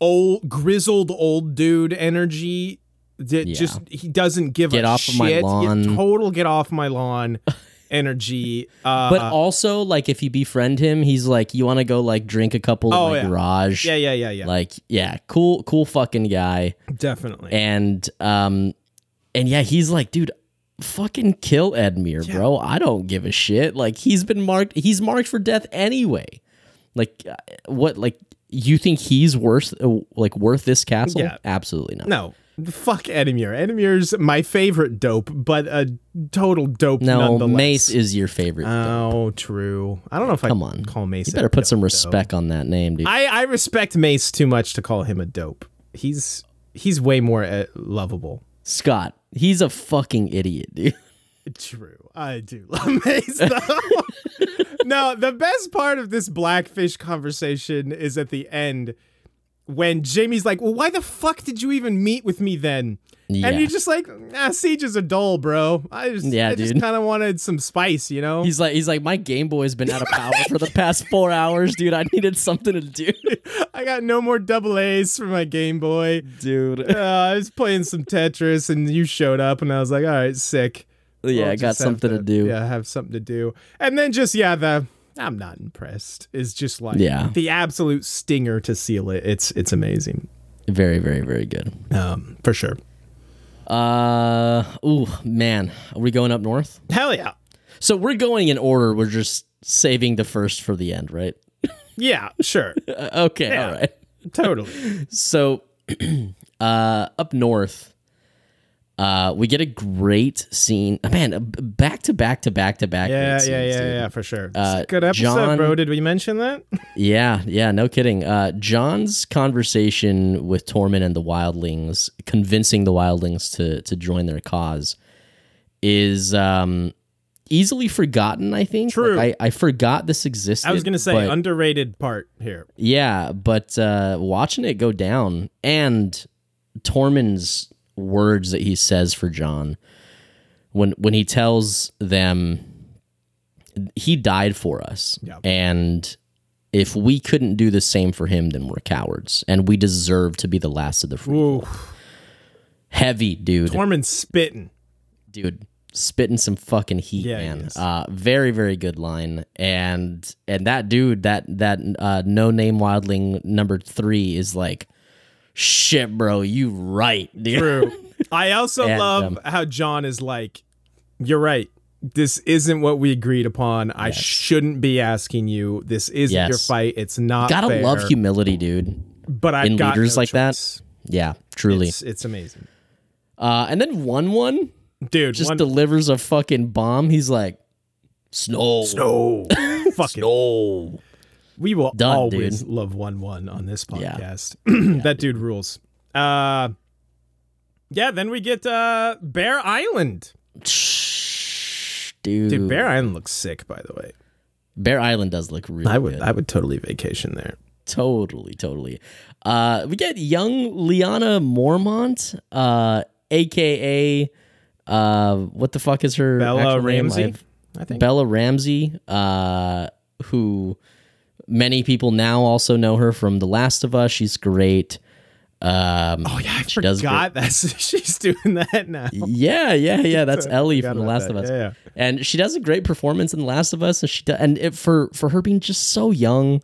Speaker 2: old grizzled old dude energy that
Speaker 1: Yeah.
Speaker 2: just he doesn't give
Speaker 1: Get
Speaker 2: a
Speaker 1: off of
Speaker 2: shit.
Speaker 1: my
Speaker 2: Yeah,
Speaker 1: lawn.
Speaker 2: total get off my lawn energy. Uh,
Speaker 1: But also, like, if you befriend him, he's like, you want to go like drink a couple
Speaker 2: Oh,
Speaker 1: in my
Speaker 2: yeah.
Speaker 1: garage.
Speaker 2: yeah, yeah, yeah, yeah.
Speaker 1: Like, yeah, cool, cool fucking guy. eh.
Speaker 2: definitely.
Speaker 1: And um, and yeah, he's like, dude, fucking kill Edmure,
Speaker 2: Yeah.
Speaker 1: bro. I don't give a shit. Like, he's been marked. He's marked for death anyway. Like, uh, what? Like, you think he's worth uh, like worth this castle?
Speaker 2: Yeah.
Speaker 1: Absolutely not.
Speaker 2: no. Fuck Edimure. Edimure's my favorite dope, but a total dope
Speaker 1: No,
Speaker 2: nonetheless.
Speaker 1: Mace is your favorite.
Speaker 2: Oh, true. I don't know if I
Speaker 1: Come on.
Speaker 2: call Mace.
Speaker 1: you better put some respect on that name, dude.
Speaker 2: I, I respect Mace too much to call him a dope. He's he's way more uh, lovable.
Speaker 1: Scott, he's a fucking idiot, dude.
Speaker 2: True, I do love Mace though. no, the best part of this Blackfish conversation is at the end when Jamie's like, "Well, why the fuck did you even meet with me then?"
Speaker 1: Yeah.
Speaker 2: And you're just like, "Ah, sieges are dull, bro. I just
Speaker 1: Yeah,
Speaker 2: I just
Speaker 1: dude.
Speaker 2: kind of wanted some spice, you know."
Speaker 1: He's like, he's like, my Game Boy's been out of power for the past four hours, dude. I needed something to do,
Speaker 2: I got no more double A's for my Game Boy.
Speaker 1: dude.
Speaker 2: uh, I was playing some Tetris and you showed up and I was like, all right, sick.
Speaker 1: yeah,
Speaker 2: We'll
Speaker 1: I got
Speaker 2: just have
Speaker 1: something to, do.
Speaker 2: Yeah, have something to do. And then just yeah, the I'm not impressed is just like
Speaker 1: Yeah.
Speaker 2: the absolute stinger to seal it. It's it's amazing.
Speaker 1: Very, very, very good.
Speaker 2: Um, for sure.
Speaker 1: Uh, ooh, man, are we going up north?
Speaker 2: Hell yeah.
Speaker 1: So we're going in order. We're just saving the first for the end, right?
Speaker 2: Yeah, sure.
Speaker 1: Uh, okay,
Speaker 2: Yeah.
Speaker 1: all right.
Speaker 2: totally.
Speaker 1: So, uh, up north, uh, we get a great scene. Man, uh, b- back to back to back to back.
Speaker 2: Yeah,
Speaker 1: great
Speaker 2: yeah,
Speaker 1: scenes, dude.
Speaker 2: yeah, yeah, for sure.
Speaker 1: Uh,
Speaker 2: Good episode,
Speaker 1: John-
Speaker 2: bro. Did we mention that?
Speaker 1: Yeah, yeah, no kidding. Uh, John's conversation with Tormund and the wildlings, convincing the wildlings to to join their cause, is um, easily forgotten. I think.
Speaker 2: True.
Speaker 1: Like, I I forgot this existed.
Speaker 2: I was gonna say
Speaker 1: but-
Speaker 2: underrated part here.
Speaker 1: yeah, but uh, watching it go down and Tormund's words that he says for John when when he tells them he died for us
Speaker 2: Yeah.
Speaker 1: and if we couldn't do the same for him then we're cowards and we deserve to be the last of the free
Speaker 2: Ooh.
Speaker 1: heavy dude
Speaker 2: Tormund spitting.
Speaker 1: dude spitting some fucking heat
Speaker 2: Yeah, he
Speaker 1: man
Speaker 2: is.
Speaker 1: uh very very good line and and that dude that that uh no name wildling number three is like shit bro you right dude
Speaker 2: True. I also
Speaker 1: And,
Speaker 2: love
Speaker 1: um,
Speaker 2: how John is like, "You're right. This isn't what we agreed upon. I shouldn't be asking you. This isn't your
Speaker 1: Yes.
Speaker 2: fight. It's not.
Speaker 1: gotta
Speaker 2: fair,
Speaker 1: love humility dude
Speaker 2: But I've
Speaker 1: in
Speaker 2: got
Speaker 1: leaders
Speaker 2: no
Speaker 1: like that.
Speaker 2: choice.
Speaker 1: yeah truly
Speaker 2: It's, it's amazing,
Speaker 1: uh and then one one
Speaker 2: dude.
Speaker 1: just
Speaker 2: one,
Speaker 1: delivers a fucking bomb he's like snow
Speaker 2: no, fucking
Speaker 1: snow
Speaker 2: We will
Speaker 1: Done,
Speaker 2: always
Speaker 1: dude.
Speaker 2: love one one on this
Speaker 1: Yeah.
Speaker 2: podcast. that dude rules. Uh, yeah. Then we get uh Bear Island.
Speaker 1: dude,
Speaker 2: Dude, Bear Island looks sick. By the way,
Speaker 1: bear island does look really
Speaker 2: I would
Speaker 1: good
Speaker 2: I would totally vacation there.
Speaker 1: Totally, totally. Uh, we get young Liana Mormont, uh, aka uh, what the fuck is her
Speaker 2: Bella
Speaker 1: actual name?
Speaker 2: Ramsey?
Speaker 1: I've-
Speaker 2: I think.
Speaker 1: Bella Ramsey, uh, who many people now also know her from The Last of Us. She's great. Um,
Speaker 2: oh yeah, I
Speaker 1: she does
Speaker 2: forgot that's she's doing that now.
Speaker 1: yeah, yeah, yeah. That's Ellie
Speaker 2: Forgot
Speaker 1: from The
Speaker 2: about
Speaker 1: Last
Speaker 2: that.
Speaker 1: of Us,
Speaker 2: Yeah, yeah.
Speaker 1: and she does a great performance in The Last of Us. And she do, and it, for for her being just so young,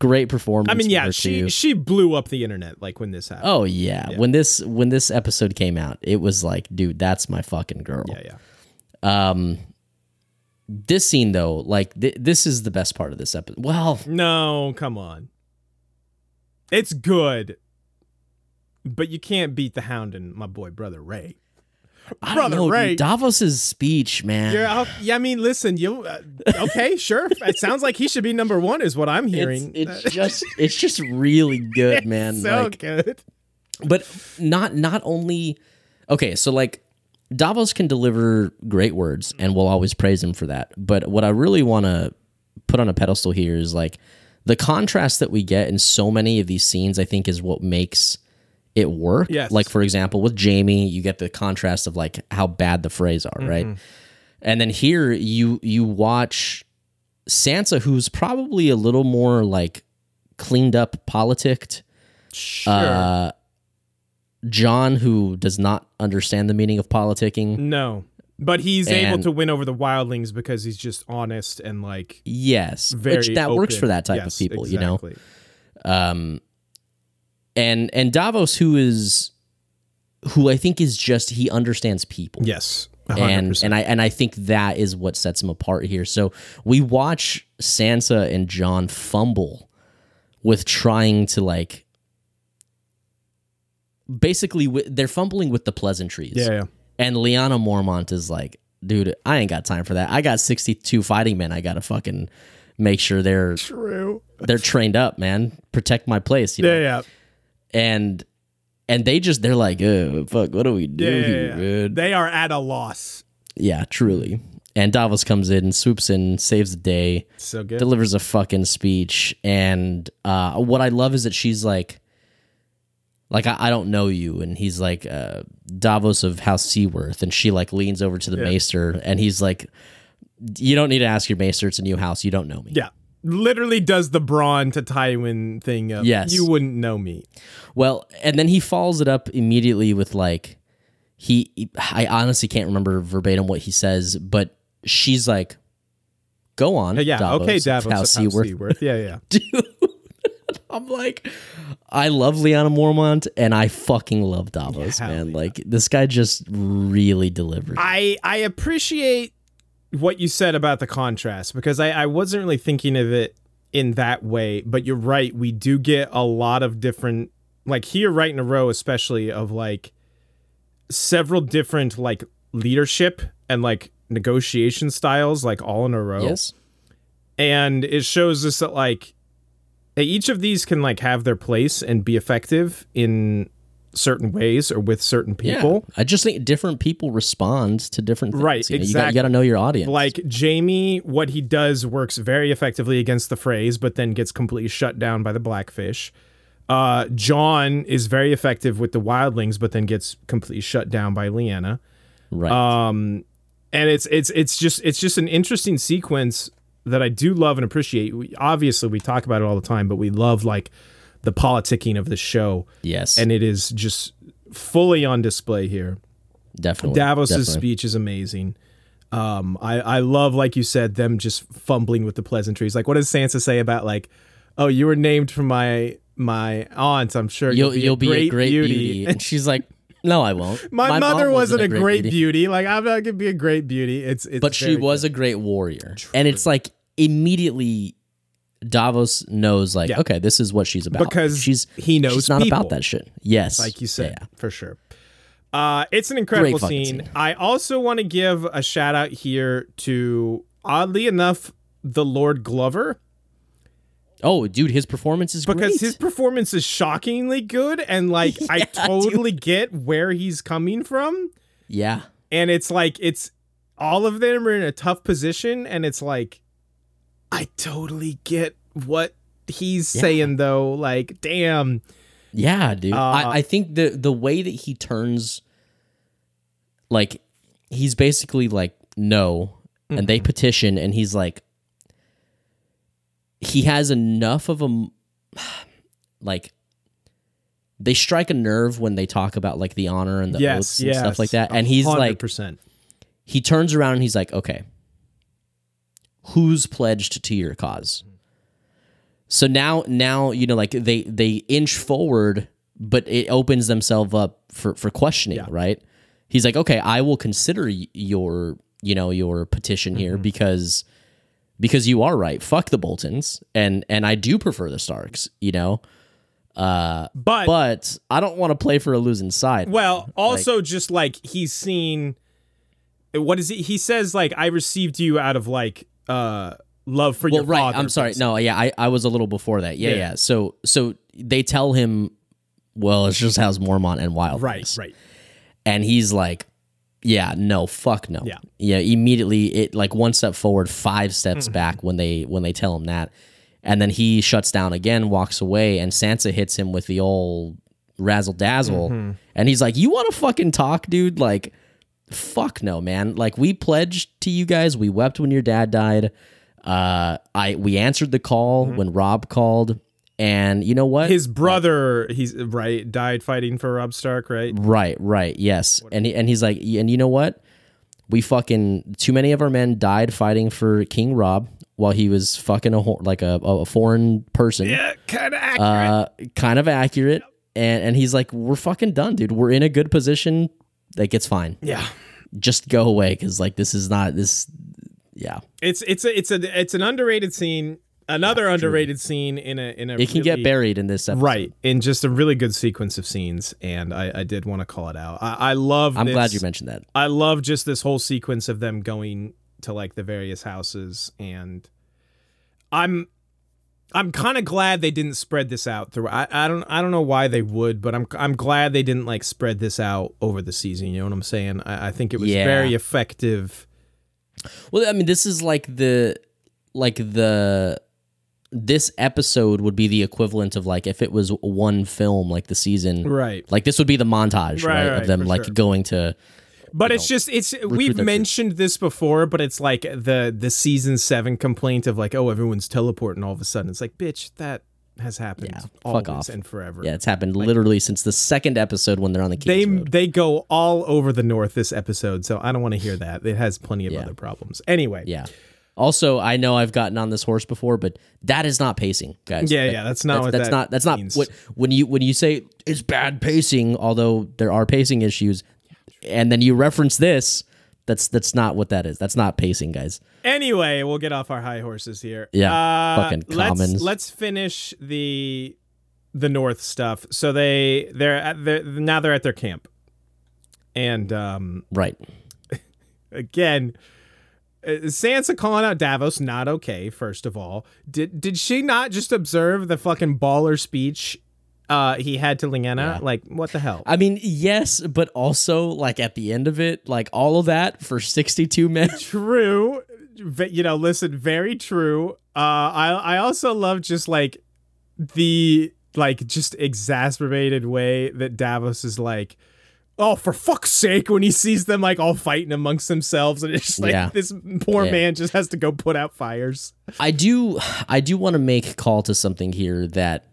Speaker 1: great performance.
Speaker 2: I mean,
Speaker 1: from
Speaker 2: yeah,
Speaker 1: her
Speaker 2: she
Speaker 1: too.
Speaker 2: she blew up the internet like when this happened.
Speaker 1: Oh yeah. when this when this episode came out, it was like, dude, that's my fucking girl.
Speaker 2: Yeah, yeah.
Speaker 1: Um, this scene though, like th- this is the best part of this episode. Well,
Speaker 2: No, come on. It's good, but you can't beat the Hound and my boy brother Ray.
Speaker 1: I
Speaker 2: Brother
Speaker 1: don't know,
Speaker 2: Ray.
Speaker 1: Davos's speech, man.
Speaker 2: You're out, yeah, I mean, listen, you uh, okay? Sure. It sounds like he should be number one, is what I'm
Speaker 1: it's,
Speaker 2: hearing.
Speaker 1: it's just it's just really good,
Speaker 2: It's
Speaker 1: man.
Speaker 2: so
Speaker 1: like,
Speaker 2: good.
Speaker 1: but not not only okay, so like Davos can deliver great words, and we'll always praise him for that. But what I really want to put on a pedestal here is like the contrast that we get in so many of these scenes. I think is what makes it work.
Speaker 2: Yes.
Speaker 1: Like for example, with Jamie, you get the contrast of like how bad the Freys are, right? And then here you you watch Sansa, who's probably a little more like cleaned up, politicked.
Speaker 2: Sure.
Speaker 1: Uh, John, who does not understand the meaning of politicking.
Speaker 2: no, but he's able
Speaker 1: and-
Speaker 2: to win over the wildlings because he's just honest and like
Speaker 1: Yes,
Speaker 2: very.
Speaker 1: which that works
Speaker 2: open.
Speaker 1: for that type
Speaker 2: Yes,
Speaker 1: of people,
Speaker 2: exactly.
Speaker 1: you know. Um, and and Davos, who is, who I think is just he understands people.
Speaker 2: Yes,
Speaker 1: and
Speaker 2: 100%.
Speaker 1: and I and I think that is what sets him apart here. So we watch Sansa and John fumble with trying to like basically wi- they're fumbling with the pleasantries.
Speaker 2: yeah, yeah.
Speaker 1: And Liana Mormont is like, dude, I ain't got time for that. I got 62 fighting men. I got to fucking make sure they're
Speaker 2: true.
Speaker 1: they're trained up, man. Protect my place, you know.
Speaker 2: Yeah, yeah.
Speaker 1: And and they just they're like, oh, fuck, what do we do
Speaker 2: Yeah, yeah,
Speaker 1: here,
Speaker 2: yeah.
Speaker 1: dude?
Speaker 2: They are at a loss.
Speaker 1: Yeah, truly. And Davos comes in, swoops in, saves the day,
Speaker 2: So good.
Speaker 1: delivers a fucking speech. And uh, what I love is that she's like, like I, I don't know you, and he's like uh, Davos of House Seaworth, and she like leans over to the maester, and he's like, "You don't need to ask your maester; it's a new house. You don't know me."
Speaker 2: yeah. Literally does the brawn to Tywin thing up.
Speaker 1: Yes.
Speaker 2: You wouldn't know me.
Speaker 1: Well, and then he follows it up immediately with like he I honestly can't remember verbatim what he says, but she's like, "Go on,
Speaker 2: Yeah. okay, Davos.
Speaker 1: How
Speaker 2: of House
Speaker 1: Seaworth."
Speaker 2: Seaworth. Yeah, yeah.
Speaker 1: I'm like, I love Liana Mormont, and I fucking love Davos,
Speaker 2: Yeah, hell
Speaker 1: man.
Speaker 2: yeah.
Speaker 1: Like this guy just really delivers.
Speaker 2: I I appreciate what you said about the contrast because I, I wasn't really thinking of it in that way, but you're right. We do get a lot of different like here right in a row, especially of like several different like leadership and like negotiation styles, like all in a row.
Speaker 1: yes,
Speaker 2: and it shows us that like each of these can like have their place and be effective in certain ways or with certain people.
Speaker 1: Yeah. I just think different people respond to different things.
Speaker 2: Right,
Speaker 1: you know? You got, you got to know your audience.
Speaker 2: Like Jamie, what he does works very effectively against the phrase, but then gets completely shut down by the blackfish. Uh, John is very effective with the wildlings, but then gets completely shut down by Leanna.
Speaker 1: right?
Speaker 2: um and it's it's it's just it's just an interesting sequence that I do love and appreciate. We, obviously, we talk about it all the time, but we love like the politicking of the show,
Speaker 1: yes,
Speaker 2: and it is just fully on display here.
Speaker 1: definitely.
Speaker 2: Davos's
Speaker 1: definitely.
Speaker 2: speech is amazing. Um, I I love, like you said, them just fumbling with the pleasantries. Like, what does Sansa say about like, oh, you were named for my my aunt. I'm sure
Speaker 1: You'll you'll be a great beauty.
Speaker 2: beauty.
Speaker 1: and she's like, "No, I won't."
Speaker 2: My,
Speaker 1: mom
Speaker 2: mother wasn't, a great beauty. Like I'm not gonna be a great beauty. It's it's
Speaker 1: but she
Speaker 2: very
Speaker 1: was a great warrior, and it's like immediately. Davos knows, like,
Speaker 2: Yeah.
Speaker 1: okay, this is what she's about.
Speaker 2: Because
Speaker 1: she's
Speaker 2: he knows
Speaker 1: she's not
Speaker 2: people.
Speaker 1: about that shit. Yes,
Speaker 2: like you said,
Speaker 1: Yeah.
Speaker 2: for sure. Uh, it's an incredible
Speaker 1: Great fucking
Speaker 2: scene.
Speaker 1: scene.
Speaker 2: I also want to give a shout out here to, oddly enough, the Lord Glover
Speaker 1: Oh, dude, his performance is
Speaker 2: because
Speaker 1: great.
Speaker 2: his performance is shockingly good, and like I totally get where he's coming from,
Speaker 1: yeah,
Speaker 2: and it's like it's all of them are in a tough position, and it's like I totally get what he's
Speaker 1: Yeah.
Speaker 2: saying though, like, damn,
Speaker 1: Yeah, dude.
Speaker 2: Uh,
Speaker 1: I, I think the the way that he turns, like, he's basically like no, and
Speaker 2: Mm-hmm.
Speaker 1: they petition, and he's like, he has enough of a, m- like, they strike a nerve when they talk about like the honor and the
Speaker 2: yes,
Speaker 1: oaths and
Speaker 2: yes,
Speaker 1: stuff like that, and he's like,
Speaker 2: percent.
Speaker 1: he turns around and he's like, okay, who's pledged to your cause? So now, now you know, like they they inch forward, but it opens themselves up for for questioning,
Speaker 2: Yeah.
Speaker 1: right? He's like, okay, I will consider y- your you know your petition here because because you are right. Fuck the Boltons, and and I do prefer the Starks, you know. Uh,
Speaker 2: But,
Speaker 1: but I don't want to play for a losing side.
Speaker 2: well, also just like he's seen what is he he says like I received you out of like uh love for
Speaker 1: well
Speaker 2: your
Speaker 1: right
Speaker 2: father.
Speaker 1: i'm sorry no yeah I, I was a little before that yeah,
Speaker 2: Yeah.
Speaker 1: yeah so so they tell him well it's just how's mormont and wild
Speaker 2: Right, right.
Speaker 1: and he's like yeah no fuck no
Speaker 2: Yeah.
Speaker 1: yeah immediately it like one step forward five steps back when they when they tell him that and then he shuts down again walks away and sansa hits him with the old razzle dazzle and he's like you want to fucking talk dude like fuck no man like we pledged to you guys we wept when your dad died uh i we answered the call when rob called and you know what
Speaker 2: His brother, he's right, died fighting for Rob Stark, right?
Speaker 1: Right, right, yes. And he, and he's like, and you know what? We fucking too many of our men died fighting for King Rob while he was fucking a hor- like a, a foreign person.
Speaker 2: Yeah, kind of accurate.
Speaker 1: Uh, kind of accurate. And and he's like, we're fucking done, dude. We're in a good position. Like it's fine.
Speaker 2: yeah.
Speaker 1: Just go away because like this is not this. Yeah,
Speaker 2: It's it's a it's a it's an underrated scene. Another underrated scene in a in a
Speaker 1: it can
Speaker 2: really-
Speaker 1: get buried in this episode.
Speaker 2: right in just a really good sequence of scenes, and I, I did want to call it out. I, I love.
Speaker 1: I'm
Speaker 2: this-
Speaker 1: glad you mentioned that.
Speaker 2: I love just this whole sequence of them going to like the various houses, and I'm I'm kind of glad they didn't spread this out through. I, I don't I don't know why they would, but I'm I'm glad they didn't like spread this out over the season. You know what I'm saying? I, I think it was
Speaker 1: Yeah.
Speaker 2: very effective.
Speaker 1: Well, I mean, this is like the like the this episode would be the equivalent of like if it was one film, like the season.
Speaker 2: Right.
Speaker 1: Like this would be the montage,
Speaker 2: Right,
Speaker 1: right,
Speaker 2: right,
Speaker 1: of them
Speaker 2: for
Speaker 1: like
Speaker 2: sure.
Speaker 1: going to
Speaker 2: But it's just it's
Speaker 1: recruit
Speaker 2: we've
Speaker 1: their
Speaker 2: mentioned this before, but it's like the the season seven complaint of like, oh, everyone's teleporting all of a sudden. It's like, bitch, that has happened
Speaker 1: Yeah,
Speaker 2: always
Speaker 1: fuck off.
Speaker 2: and forever.
Speaker 1: yeah, it's happened literally since the second episode when they're on the
Speaker 2: they
Speaker 1: King's Road.
Speaker 2: they go all over the north this episode, so I don't want to hear that. It has plenty of
Speaker 1: Yeah.
Speaker 2: other problems. Anyway,
Speaker 1: Yeah. Also, I know I've gotten on this horse before, but that is not pacing, guys.
Speaker 2: yeah,
Speaker 1: That-
Speaker 2: yeah, that's not
Speaker 1: that's,
Speaker 2: what
Speaker 1: that's
Speaker 2: that
Speaker 1: not that's not
Speaker 2: means.
Speaker 1: what when you when you say it's bad pacing, although there are pacing issues, and then you reference this, that's that's not what that is. That's not pacing, guys.
Speaker 2: Anyway, we'll get off our high horses here.
Speaker 1: Yeah,
Speaker 2: uh,
Speaker 1: fucking
Speaker 2: Let's,
Speaker 1: commons.
Speaker 2: let's finish the the north stuff. So they they're at they're now they're at their camp, and um.
Speaker 1: Right.
Speaker 2: again uh, Sansa calling out Davos not okay first of all did did she not just observe the fucking baller speech uh he had to Lyanna
Speaker 1: Yeah.
Speaker 2: like what the hell
Speaker 1: I mean, yes, but also like at the end of it, like all of that for 62 minutes.
Speaker 2: true v- you know listen very true uh I I also love just like the like just exacerbated way that Davos is like Oh, for fuck's sake! When he sees them like all fighting amongst themselves, and it's just like
Speaker 1: Yeah.
Speaker 2: this poor
Speaker 1: Yeah.
Speaker 2: man just has to go put out fires.
Speaker 1: I do I do want to make call to something here that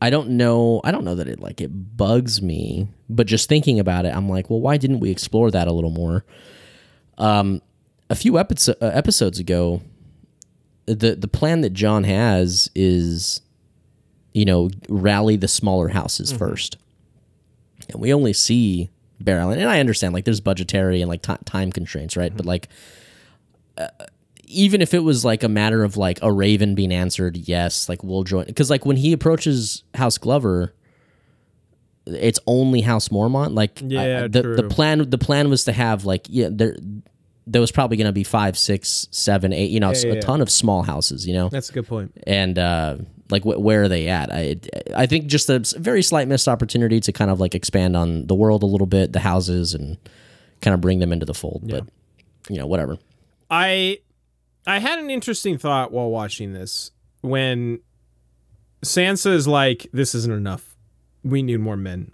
Speaker 1: I don't know I don't know that it like it bugs me, but just thinking about it, I'm like, well, why didn't we explore that a little more? Um a few episodes uh, episodes ago, the the plan that John has is you know, rally the smaller houses
Speaker 2: Mm-hmm.
Speaker 1: first. And we only see Bear Island, and I understand like there's budgetary and like ti time constraints,
Speaker 2: Mm-hmm.
Speaker 1: right? But like uh, even if it was like a matter of like a raven being answered yes like we'll join because like when he approaches house glover it's only house mormont like I-
Speaker 2: Yeah,
Speaker 1: I- the, the
Speaker 2: true.
Speaker 1: plan the plan was to have like yeah there there was probably going to be five six seven eight you know s-
Speaker 2: yeah,
Speaker 1: a
Speaker 2: yeah.
Speaker 1: ton of small houses you know
Speaker 2: That's a good point.
Speaker 1: and uh like wh- where are they at i i think just a s- very slight missed opportunity to kind of like expand on the world a little bit the houses and kind of bring them into the fold but you know whatever
Speaker 2: I I had an interesting thought while watching this when Sansa is like, "This isn't enough. We need more men,"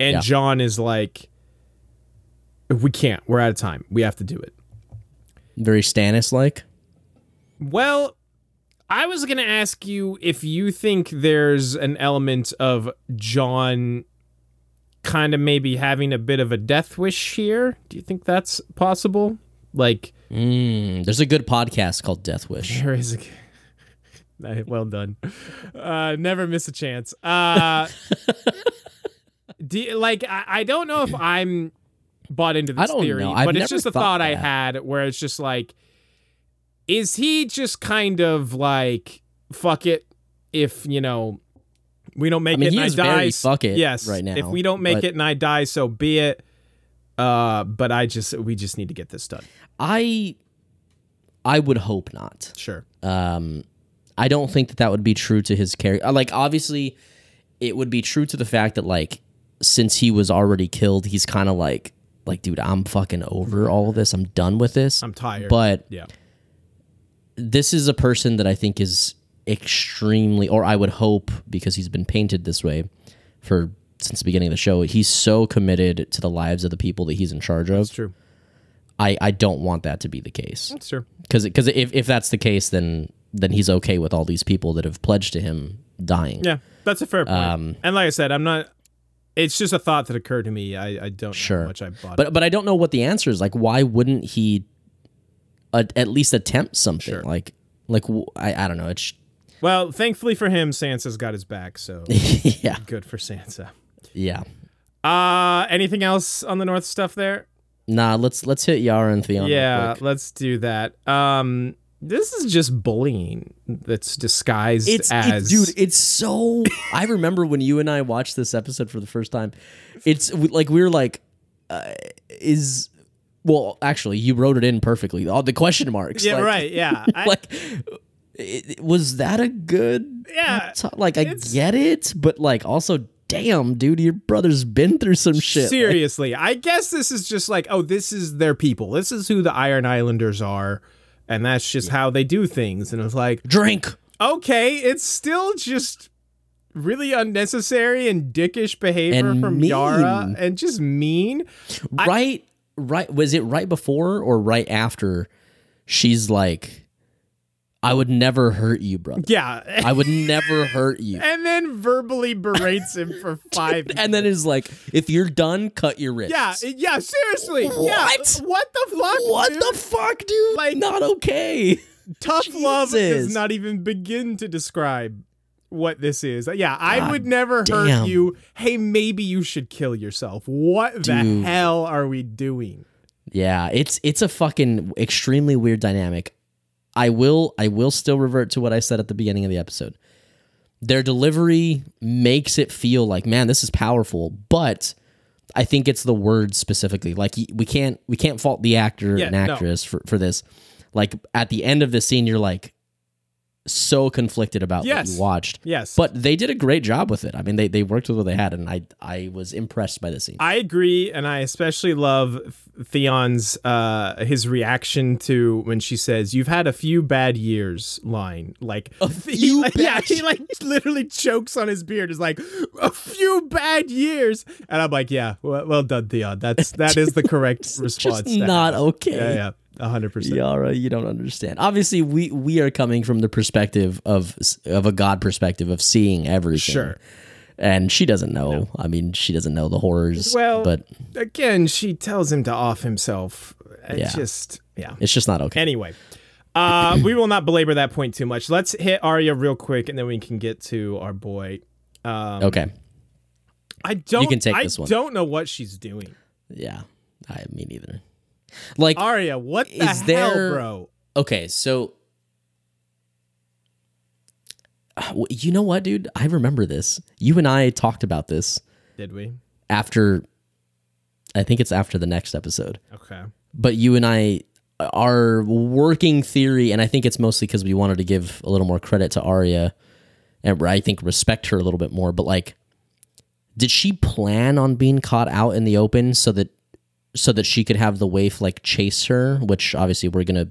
Speaker 2: and
Speaker 1: Yeah.
Speaker 2: John is like, "We can't. We're out of time. We have to do it."
Speaker 1: Very Stannis like.
Speaker 2: Well, I was going to ask you if you think there's an element of John kind of maybe having a bit of a death wish here. Do you think that's possible? Like,
Speaker 1: Mm, there's a good podcast called Death Wish.
Speaker 2: there is a. Nah, Well done. Uh, never miss a chance. Uh, do you- like, I, I don't know if I'm bought into this
Speaker 1: I don't
Speaker 2: theory,
Speaker 1: know. I've
Speaker 2: but
Speaker 1: never
Speaker 2: it's just a
Speaker 1: thought
Speaker 2: thought I
Speaker 1: that.
Speaker 2: had where it's just like, is he just kind of like, fuck it if, you know, we don't make
Speaker 1: I mean,
Speaker 2: it
Speaker 1: he
Speaker 2: and I
Speaker 1: is
Speaker 2: die?
Speaker 1: very
Speaker 2: s-
Speaker 1: fuck it
Speaker 2: yes,
Speaker 1: right now.
Speaker 2: If we don't make
Speaker 1: but
Speaker 2: it and I die, so be it. Uh, but I just, we just need to get this done.
Speaker 1: I I would hope not.
Speaker 2: Sure.
Speaker 1: um, I don't think that that would be true to his character. Like, obviously, it would be true to the fact that like since he was already killed, he's kind of like like dude, I'm fucking over all of this. I'm done with this.
Speaker 2: I'm tired.
Speaker 1: but
Speaker 2: yeah.
Speaker 1: this is a person that I think is extremely, or I would hope, because he's been painted this way for since the beginning of the show. He's so committed to the lives of the people that he's in charge of.
Speaker 2: It's true.
Speaker 1: I I don't want that to be the case.
Speaker 2: It's true.
Speaker 1: because because if, if that's the case then then he's okay with all these people that have pledged to him dying
Speaker 2: Yeah, that's a fair point.
Speaker 1: Um,
Speaker 2: and like I said, I'm not. It's just a thought that occurred to me. I, I don't know
Speaker 1: Sure.
Speaker 2: how much I bought.
Speaker 1: but but i don't know what the answer is like why wouldn't he a, at least attempt something
Speaker 2: Sure.
Speaker 1: like like w- I, I don't know it's
Speaker 2: it. Well, thankfully for him, Sansa's got his back. So
Speaker 1: yeah
Speaker 2: good for Sansa.
Speaker 1: yeah
Speaker 2: Uh anything else on the North stuff there?
Speaker 1: nah let's let's hit yara and theon real
Speaker 2: yeah,
Speaker 1: quick.
Speaker 2: let's do that. Um, this is just bullying that's disguised
Speaker 1: it's
Speaker 2: as
Speaker 1: it, dude it's so i remember when you and i watched this episode for the first time it's we- like we were like uh, is well actually you wrote it in perfectly all the question marks
Speaker 2: Yeah,
Speaker 1: like-
Speaker 2: right. Yeah, I-
Speaker 1: like it, it- was that a good
Speaker 2: Yeah,
Speaker 1: t- like i
Speaker 2: it's-
Speaker 1: get it but like also damn dude your brother's been through some shit Like,
Speaker 2: Seriously, I guess this is just like, oh, this is their people. This is who the Iron Islanders are, and that's just how they do things. And it's like,
Speaker 1: drink
Speaker 2: okay, it's still just really unnecessary and dickish behavior
Speaker 1: And
Speaker 2: from
Speaker 1: mean.
Speaker 2: Yara and just mean. I-
Speaker 1: right right was it right before or right after she's like i would never hurt you brother
Speaker 2: Yeah.
Speaker 1: i would never hurt you
Speaker 2: and then verbally berates him for five
Speaker 1: and then is like if you're done cut your wrists
Speaker 2: Yeah, yeah, seriously.
Speaker 1: What?
Speaker 2: Yeah. What the fuck?
Speaker 1: what
Speaker 2: dude?
Speaker 1: the fuck dude like
Speaker 2: Like-
Speaker 1: not okay
Speaker 2: tough love does
Speaker 1: Jesus.
Speaker 2: not even begin to describe what this is. Uh, Yeah, I
Speaker 1: God
Speaker 2: would never
Speaker 1: damn.
Speaker 2: hurt you. Hey, maybe you should kill yourself. What
Speaker 1: Dude.
Speaker 2: the hell are we doing?
Speaker 1: Yeah, it's it's a fucking extremely weird dynamic. I will I will still revert to what I said at the beginning of the episode. Their delivery makes it feel like, man, this is powerful, but I think it's the words specifically. Like y- we can't we can't fault the actor
Speaker 2: Yeah,
Speaker 1: and
Speaker 2: no.
Speaker 1: actress for, for this. Like at the end of the scene, you're like so conflicted about what
Speaker 2: Yes.
Speaker 1: you watched.
Speaker 2: Yes.
Speaker 1: But they did a great job with it. I mean, they, they worked with what they had, and I I was impressed by the scene.
Speaker 2: I agree, and I especially love Th- Theon's uh, his reaction to when she says, "You've had a few bad years." Line like a
Speaker 1: few
Speaker 2: yeah,
Speaker 1: bad
Speaker 2: he like literally chokes on his beard. Is like a few bad years, and I'm like, yeah, well, well done, Theon. That's that is the correct response.
Speaker 1: Just
Speaker 2: to
Speaker 1: not
Speaker 2: have.
Speaker 1: okay.
Speaker 2: Yeah, yeah, hundred percent.
Speaker 1: Yara, you don't understand. Obviously, we we are coming from the perspective of of a god perspective of seeing everything.
Speaker 2: Sure.
Speaker 1: And she doesn't know. I mean, she doesn't know the horrors.
Speaker 2: Well-
Speaker 1: but
Speaker 2: Again, she tells him to off himself. It
Speaker 1: Yeah.
Speaker 2: just yeah.
Speaker 1: it's just not okay.
Speaker 2: Anyway, uh, we will not belabor that point too much. Let's hit Arya real quick, and then we can get to our boy. Um,
Speaker 1: okay.
Speaker 2: I don't.
Speaker 1: can take
Speaker 2: I
Speaker 1: this one.
Speaker 2: don't know what she's doing.
Speaker 1: Yeah. I me neither. Like
Speaker 2: Arya, what the
Speaker 1: Is
Speaker 2: hell,
Speaker 1: there-
Speaker 2: bro?
Speaker 1: okay, so Uh, w- you know what, dude? I remember this. You and I talked about this
Speaker 2: Did we?
Speaker 1: after. I think it's after the next episode.
Speaker 2: Okay.
Speaker 1: but you and I our working theory, and I think it's mostly because we wanted to give a little more credit to Arya, and I think respect her a little bit more. But like, did she plan on being caught out in the open so that so that she could have the waif like chase her? Which obviously we're gonna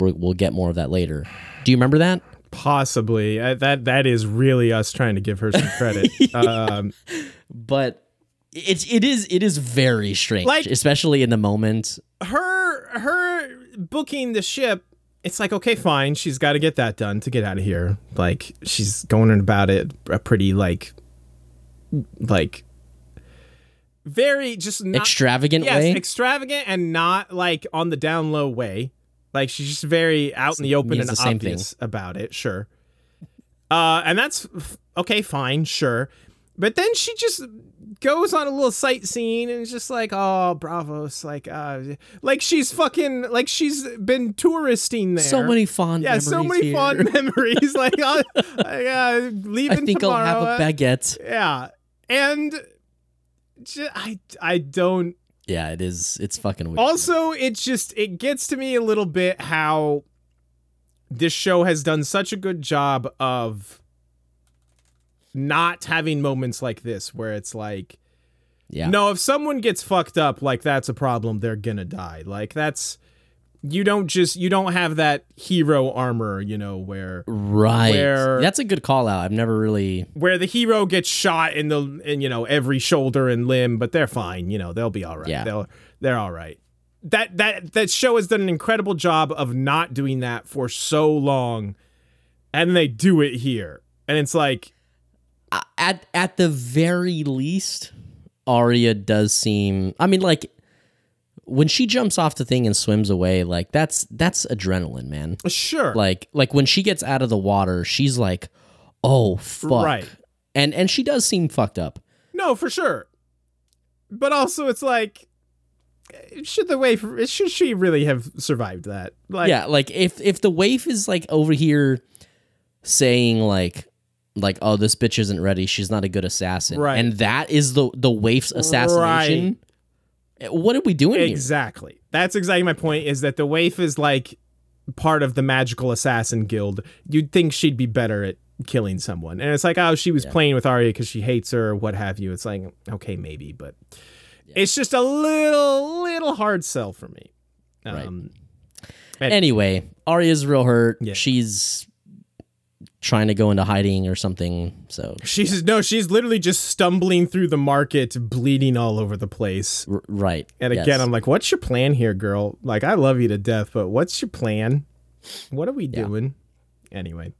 Speaker 1: We're, we'll get more of that later. Do you remember that?
Speaker 2: Possibly I, that that is really us trying to give her some credit. um,
Speaker 1: But it's it is it is very strange,
Speaker 2: Like-
Speaker 1: especially in the moment.
Speaker 2: her her booking the ship. It's like okay, fine. She's got to get that done to get out of here. Like she's going about it a pretty like like very just
Speaker 1: uh,
Speaker 2: not
Speaker 1: Extravagant
Speaker 2: yes,
Speaker 1: way.
Speaker 2: extravagant and not like on the down low way. Like she's just very out in the open
Speaker 1: means
Speaker 2: and
Speaker 1: the same thing.
Speaker 2: obvious about it. Sure. Uh, and that's f- okay, fine, sure. But then she just goes on a little sightseeing and is just like, oh, Bravos, like, uh, like she's fucking, like she's been touristing there.
Speaker 1: so many fond
Speaker 2: yeah,
Speaker 1: memories
Speaker 2: so many
Speaker 1: here.
Speaker 2: fond memories. like, uh, uh, leaving
Speaker 1: I think
Speaker 2: tomorrow.
Speaker 1: I'll have a baguette.
Speaker 2: Yeah, and ju- I, I don't
Speaker 1: Yeah, it is. It's fucking weird.
Speaker 2: also it just it gets to me a little bit how this show has done such a good job of not having moments like this where it's like
Speaker 1: yeah.
Speaker 2: no if someone gets fucked up like that's a problem they're gonna die like that's you don't just you don't have that hero armor you know where
Speaker 1: Right.
Speaker 2: where-
Speaker 1: That's a good call out. I've never really.
Speaker 2: where the hero gets shot in the in you know every shoulder and limb, but they're fine. You know they'll be all right.
Speaker 1: Yeah.
Speaker 2: They'll they're all right. That that that show has done an incredible job of not doing that for so long, and they do it here, and it's like
Speaker 1: I- At at the very least, Arya does seem. I mean, like when she jumps off the thing and swims away, like that's that's adrenaline, man.
Speaker 2: sure,
Speaker 1: Like like when she gets out of the water, she's like, oh fuck,
Speaker 2: Right.
Speaker 1: And and she does seem fucked up.
Speaker 2: no for sure, but also it's like eh, should the way should she really have survived that? Like
Speaker 1: yeah, like if if the waif is like over here saying like like oh this bitch isn't ready, she's not a good assassin,
Speaker 2: Right.
Speaker 1: And that is the the waif's assassination. Eh, What are we doing here?
Speaker 2: Exactly. That's exactly my point is that the waif is like part of the magical assassin guild. You'd think she'd be better at killing someone. And it's like, oh, she was playing with Arya because she hates her or what have you. It's like, okay, maybe, but it's just a little, little hard sell for me.
Speaker 1: Right.
Speaker 2: Um,
Speaker 1: Anyway, Arya's real hurt.
Speaker 2: Yeah.
Speaker 1: She's trying to go into hiding or something. So
Speaker 2: She's no, she's literally just stumbling through the market, bleeding all over the place.
Speaker 1: r- right.
Speaker 2: And again,
Speaker 1: yes.
Speaker 2: I'm like, what's your plan here, girl? Like, I love you to death, but what's your plan? What are we
Speaker 1: Yeah.
Speaker 2: doing? Anyway.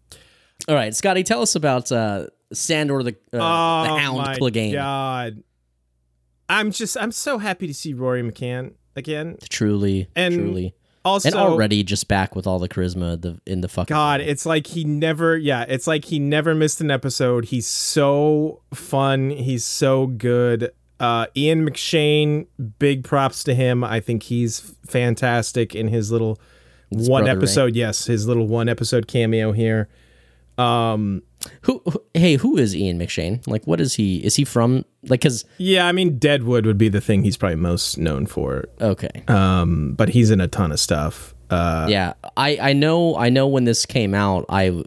Speaker 1: all right, Scotty, tell us about uh, Sandor the uh, the Hound
Speaker 2: Oh my
Speaker 1: Clegane.
Speaker 2: God, I'm just I'm so happy to see Rory McCann again.
Speaker 1: Truly,
Speaker 2: And
Speaker 1: truly,
Speaker 2: Also,
Speaker 1: and already just back with all the charisma the, in the fucking
Speaker 2: God, it's like he never. Yeah, it's like he never missed an episode. He's so fun. He's so good. Uh, Ian McShane, big props to him. I think he's fantastic in his little
Speaker 1: His
Speaker 2: one
Speaker 1: brother, right?
Speaker 2: episode. Yes, his little one episode cameo here. Um,
Speaker 1: Who, who- Hey, who is Ian McShane? Like, what is he? Is he from like? Cause
Speaker 2: yeah, I mean Deadwood would be the thing he's probably most known for.
Speaker 1: okay,
Speaker 2: Um, but he's in a ton of stuff. Uh,
Speaker 1: yeah, I I know I know when this came out, I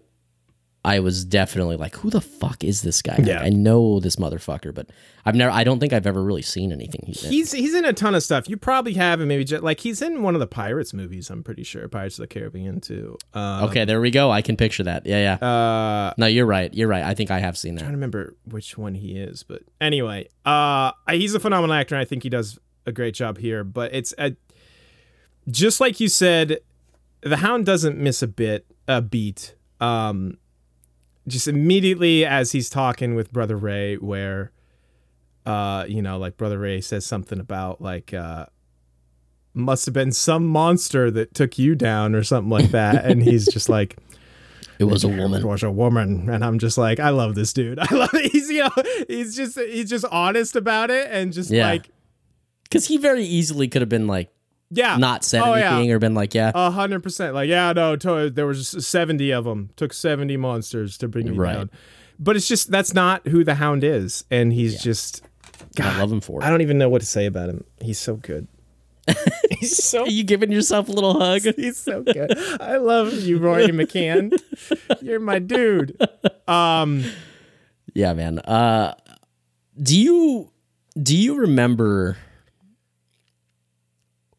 Speaker 1: I was definitely like, who the fuck is this guy? Like,
Speaker 2: Yeah.
Speaker 1: I know this motherfucker, but I've never. I don't think I've ever really seen anything he's in.
Speaker 2: He's he's in a ton of stuff. You probably have him maybe just, like he's in one of the Pirates movies. I'm pretty sure Pirates of the Caribbean too. Uh,
Speaker 1: Okay, there we go. I can picture that. Yeah, yeah.
Speaker 2: Uh,
Speaker 1: no, you're right. You're right. I think I have seen
Speaker 2: I
Speaker 1: that.
Speaker 2: don't remember which one he is, but anyway, uh, I- he's a phenomenal actor. and I think he does a great job here. But it's a, just like you said, the Hound doesn't miss a bit, a beat. Um, just immediately as he's talking with Brother Ray, where, uh, you know, like Brother Ray says something about like, uh, must have been some monster that took you down or something like that, and he's just like.
Speaker 1: It was a
Speaker 2: It
Speaker 1: woman.
Speaker 2: was a woman, and I'm just like, I love this dude. I love it. He's you know, he's just he's just honest about it, and just
Speaker 1: Yeah.
Speaker 2: like,
Speaker 1: Because he very easily could have been like
Speaker 2: yeah,
Speaker 1: not said
Speaker 2: Oh, yeah.
Speaker 1: anything or been like, yeah,
Speaker 2: a hundred percent. Like, yeah, no, to- there was seventy of them. Took seventy monsters to bring me
Speaker 1: Right.
Speaker 2: down. But it's just that's not who the Hound is, and he's just.
Speaker 1: I love him for
Speaker 2: I
Speaker 1: it.
Speaker 2: don't even know what to say about him. He's so good. he's so
Speaker 1: Are you giving yourself a little hug?
Speaker 2: He's so good. I love you, Rory McCann. You're my dude. Um,
Speaker 1: Yeah, man. Uh, do you do you remember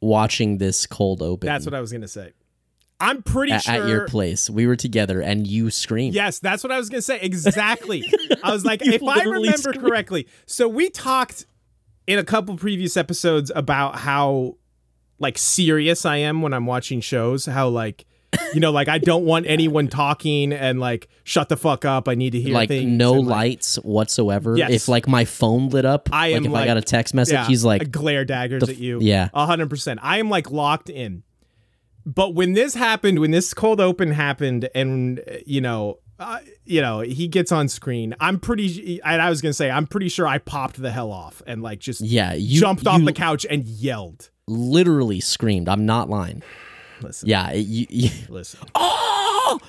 Speaker 1: watching this cold open?
Speaker 2: that's what I was gonna say. I'm pretty
Speaker 1: at,
Speaker 2: sure
Speaker 1: at your place. We were together and you screamed.
Speaker 2: Yes, that's what I was gonna say. Exactly. I was like,
Speaker 1: You
Speaker 2: if I
Speaker 1: literally
Speaker 2: remember
Speaker 1: screamed.
Speaker 2: correctly, so we talked in a couple previous episodes about how like serious I am when I'm watching shows, how like you know, like I don't want anyone talking and like shut the fuck up. I need to hear
Speaker 1: Like
Speaker 2: things.
Speaker 1: no
Speaker 2: and,
Speaker 1: lights whatsoever.
Speaker 2: Yes.
Speaker 1: If like my phone lit up,
Speaker 2: I
Speaker 1: like
Speaker 2: am,
Speaker 1: if I
Speaker 2: like-
Speaker 1: got a text message, he's like,
Speaker 2: glare daggers at you.
Speaker 1: yeah.
Speaker 2: A hundred percent. I am like locked in. But when this happened, when this cold open happened, and uh, you know, uh, you know, he gets on screen. I'm pretty. And I was gonna say, I'm pretty sure I popped the hell off and like just
Speaker 1: yeah, you
Speaker 2: jumped off
Speaker 1: you
Speaker 2: the couch and yelled.
Speaker 1: literally screamed. I'm not lying.
Speaker 2: Listen,
Speaker 1: Yeah, it- you, you,
Speaker 2: listen.
Speaker 1: oh,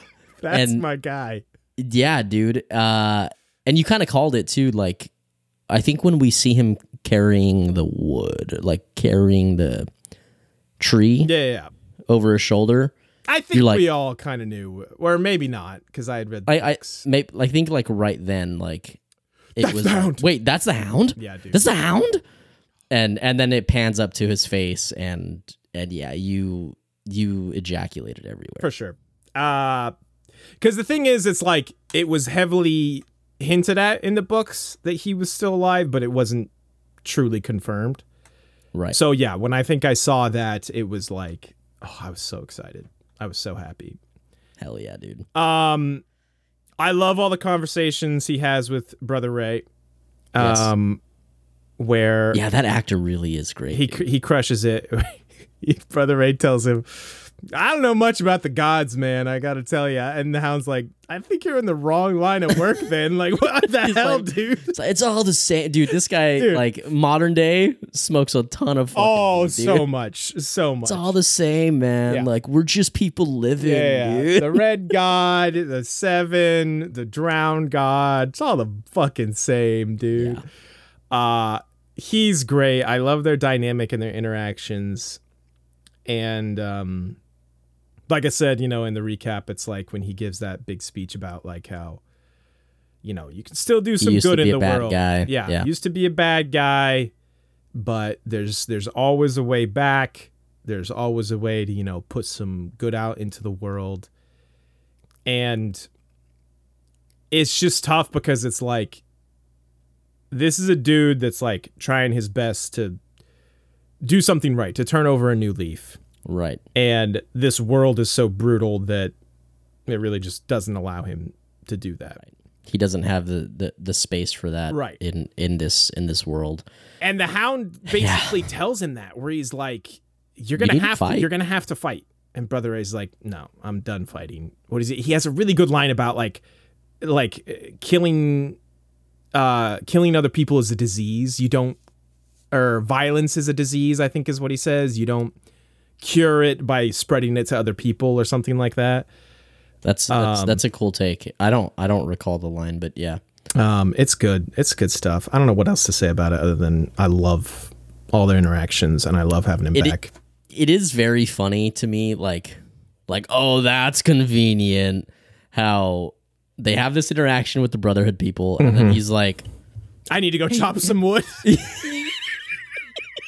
Speaker 2: That's
Speaker 1: And-
Speaker 2: my guy.
Speaker 1: yeah, dude. Uh, and you kind of called it too. Like, I think when we see him carrying the wood, like carrying the tree
Speaker 2: Yeah, yeah, yeah.
Speaker 1: over his shoulder,
Speaker 2: I think
Speaker 1: You're like-
Speaker 2: we all kind of knew, or maybe not, because I had read. The
Speaker 1: I, I,
Speaker 2: books.
Speaker 1: may, I think like right then, like it
Speaker 2: That's
Speaker 1: was.
Speaker 2: the
Speaker 1: like,
Speaker 2: hound.
Speaker 1: Wait, that's the hound.
Speaker 2: yeah, dude.
Speaker 1: That's the hound. And and then it pans up to his face, and and yeah, you you ejaculated everywhere.
Speaker 2: for sure. Because the thing is, it's like it was heavily hinted at in the books that he was still alive, but it wasn't truly confirmed.
Speaker 1: Right.
Speaker 2: So yeah, when I think I saw that, it was like, oh, I was so excited. I was so happy.
Speaker 1: Hell yeah, dude.
Speaker 2: Um, I love all the conversations he has with Brother Ray.
Speaker 1: Yes.
Speaker 2: Um, where
Speaker 1: Yeah, that actor really is great.
Speaker 2: he
Speaker 1: dude.
Speaker 2: cr- he crushes it. Brother Ray tells him, "I don't know much about the gods, man. I gotta tell you." And the Hound's like, "I think you're in the wrong line of work, then. Like, what the hell,
Speaker 1: like-
Speaker 2: dude?"
Speaker 1: It's, it's all the same, dude. This guy,
Speaker 2: Dude.
Speaker 1: like modern day, smokes a ton of. Fucking
Speaker 2: Oh,
Speaker 1: weed, dude.
Speaker 2: so much, so much.
Speaker 1: It's all the same, man.
Speaker 2: Yeah.
Speaker 1: Like we're just people living,
Speaker 2: yeah, yeah.
Speaker 1: dude.
Speaker 2: the Red God, the Seven, the Drowned God. It's all the fucking same, dude. Uh he's great. I love their dynamic and their interactions. And um like I said, you know, in the recap, it's like when he gives that big speech about like how you know, you can still do some
Speaker 1: used to
Speaker 2: good in
Speaker 1: be a
Speaker 2: the
Speaker 1: bad
Speaker 2: world.
Speaker 1: guy.
Speaker 2: Yeah,
Speaker 1: Yeah.
Speaker 2: used to be a bad guy, but there's there's always a way back. There's always a way to, you know, put some good out into the world. And it's just tough because it's like this is a dude that's like trying his best to do something right, to turn over a new leaf.
Speaker 1: Right.
Speaker 2: And this world is so brutal that it really just doesn't allow him to do that.
Speaker 1: He doesn't have the, the the space for that.
Speaker 2: Right.
Speaker 1: In in this in this world.
Speaker 2: And the hound basically tells him that where he's like you're going
Speaker 1: need
Speaker 2: to
Speaker 1: to
Speaker 2: have to
Speaker 1: fight.
Speaker 2: you're going to have to fight. And brother Ray's like, "No, I'm done fighting." What is it? He has a really good line about like like uh, killing uh killing other people is a disease. You don't or violence is a disease, I think is what he says. You don't cure it by spreading it to other people or something like that.
Speaker 1: That's that's,
Speaker 2: Um,
Speaker 1: that's a cool take. I don't I don't recall the line, but yeah.
Speaker 2: Um, it's good. It's good stuff. I don't know what else to say about it other than I love all their interactions and I love having him
Speaker 1: It-
Speaker 2: back.
Speaker 1: it is very funny to me like like oh that's convenient how they have this interaction with the brotherhood people and
Speaker 2: Mm-hmm.
Speaker 1: then he's like
Speaker 2: I need to go chop some wood.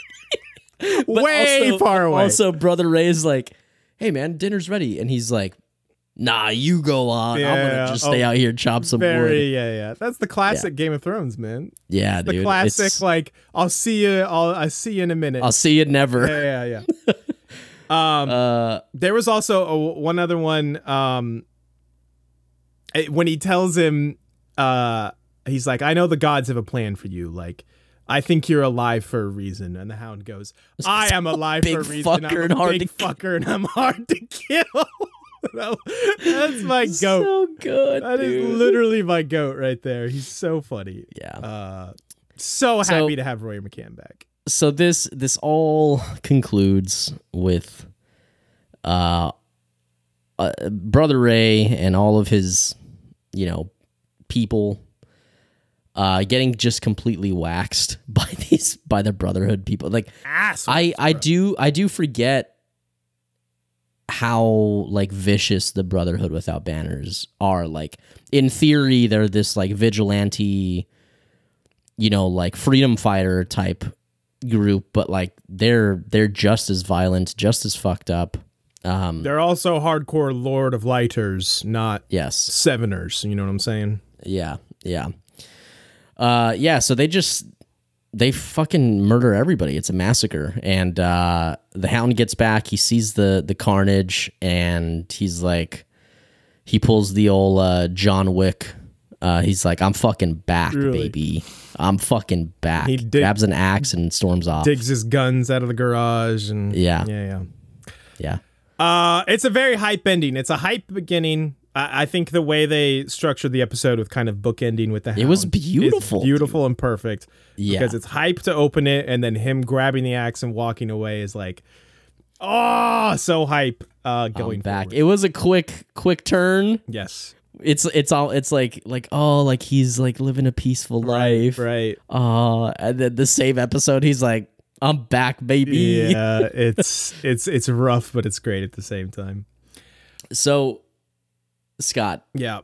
Speaker 2: Way
Speaker 1: also-
Speaker 2: far away.
Speaker 1: also brother ray is like hey man dinner's ready and he's like nah you go on i'm
Speaker 2: Yeah,
Speaker 1: gonna just stay
Speaker 2: oh,
Speaker 1: out here and chop some
Speaker 2: Very,
Speaker 1: wood
Speaker 2: yeah, yeah. That's the classic Game of Thrones, man.
Speaker 1: yeah
Speaker 2: The
Speaker 1: dude
Speaker 2: classic,
Speaker 1: it's-
Speaker 2: like, I'll see you. I'll, I'll see you in a minute.
Speaker 1: i'll see you never
Speaker 2: yeah, yeah, yeah. um,
Speaker 1: uh
Speaker 2: there was also a, one other one. Um, eh, when he tells him, uh, he's like, "I know the gods have a plan for you. Like, I think you're alive for a reason." And the Hound goes, "I am alive
Speaker 1: Big
Speaker 2: for a reason.
Speaker 1: fucker
Speaker 2: I'm a
Speaker 1: and hard
Speaker 2: big
Speaker 1: to-
Speaker 2: fucker, and I'm hard to kill." That- That's my goat.
Speaker 1: so good
Speaker 2: That is
Speaker 1: dude.
Speaker 2: literally my goat right there. He's so funny.
Speaker 1: yeah
Speaker 2: Uh, so
Speaker 1: So-
Speaker 2: happy to have Roy McCann back.
Speaker 1: so this this all concludes with uh, uh brother ray and all of his you know people uh getting just completely waxed by these by the brotherhood people like
Speaker 2: Ass.
Speaker 1: i i do i do forget how like vicious the brotherhood without banners are like in theory they're this like vigilante you know like freedom fighter type group but like they're they're just as violent just as fucked up Um,
Speaker 2: They're also hardcore Lord of Lighters, not
Speaker 1: yes.
Speaker 2: Seveners. You know what I'm saying?
Speaker 1: Yeah, yeah. Uh yeah, so they just they fucking murder everybody. It's a massacre. And uh the hound gets back, he sees the the carnage and he's like he pulls the old uh John Wick. Uh he's like I'm fucking back,
Speaker 2: Really?
Speaker 1: baby. I'm fucking back. He
Speaker 2: He dig-
Speaker 1: grabs an axe and storms off.
Speaker 2: Digs his guns out of the garage and
Speaker 1: Yeah.
Speaker 2: yeah,
Speaker 1: yeah.
Speaker 2: yeah. Uh, it's a very hype ending. It's a hype beginning. I, I think the way they structured the episode with kind of bookending with the hound
Speaker 1: It was
Speaker 2: is
Speaker 1: beautiful,
Speaker 2: beautiful and perfect.
Speaker 1: Yeah.
Speaker 2: because it's hype to open it, and then him grabbing the axe and walking away is like, oh, so hype. Uh, going
Speaker 1: I'm back.
Speaker 2: forward.
Speaker 1: It was a quick quick turn.
Speaker 2: yes,
Speaker 1: It's it's all it's like like oh like he's like living a peaceful life.
Speaker 2: right.
Speaker 1: Oh, and then the same episode, he's like, "I'm back, baby."
Speaker 2: Yeah, it's it's it's rough, but it's great at the same time.
Speaker 1: So, Scott,
Speaker 2: Yeah,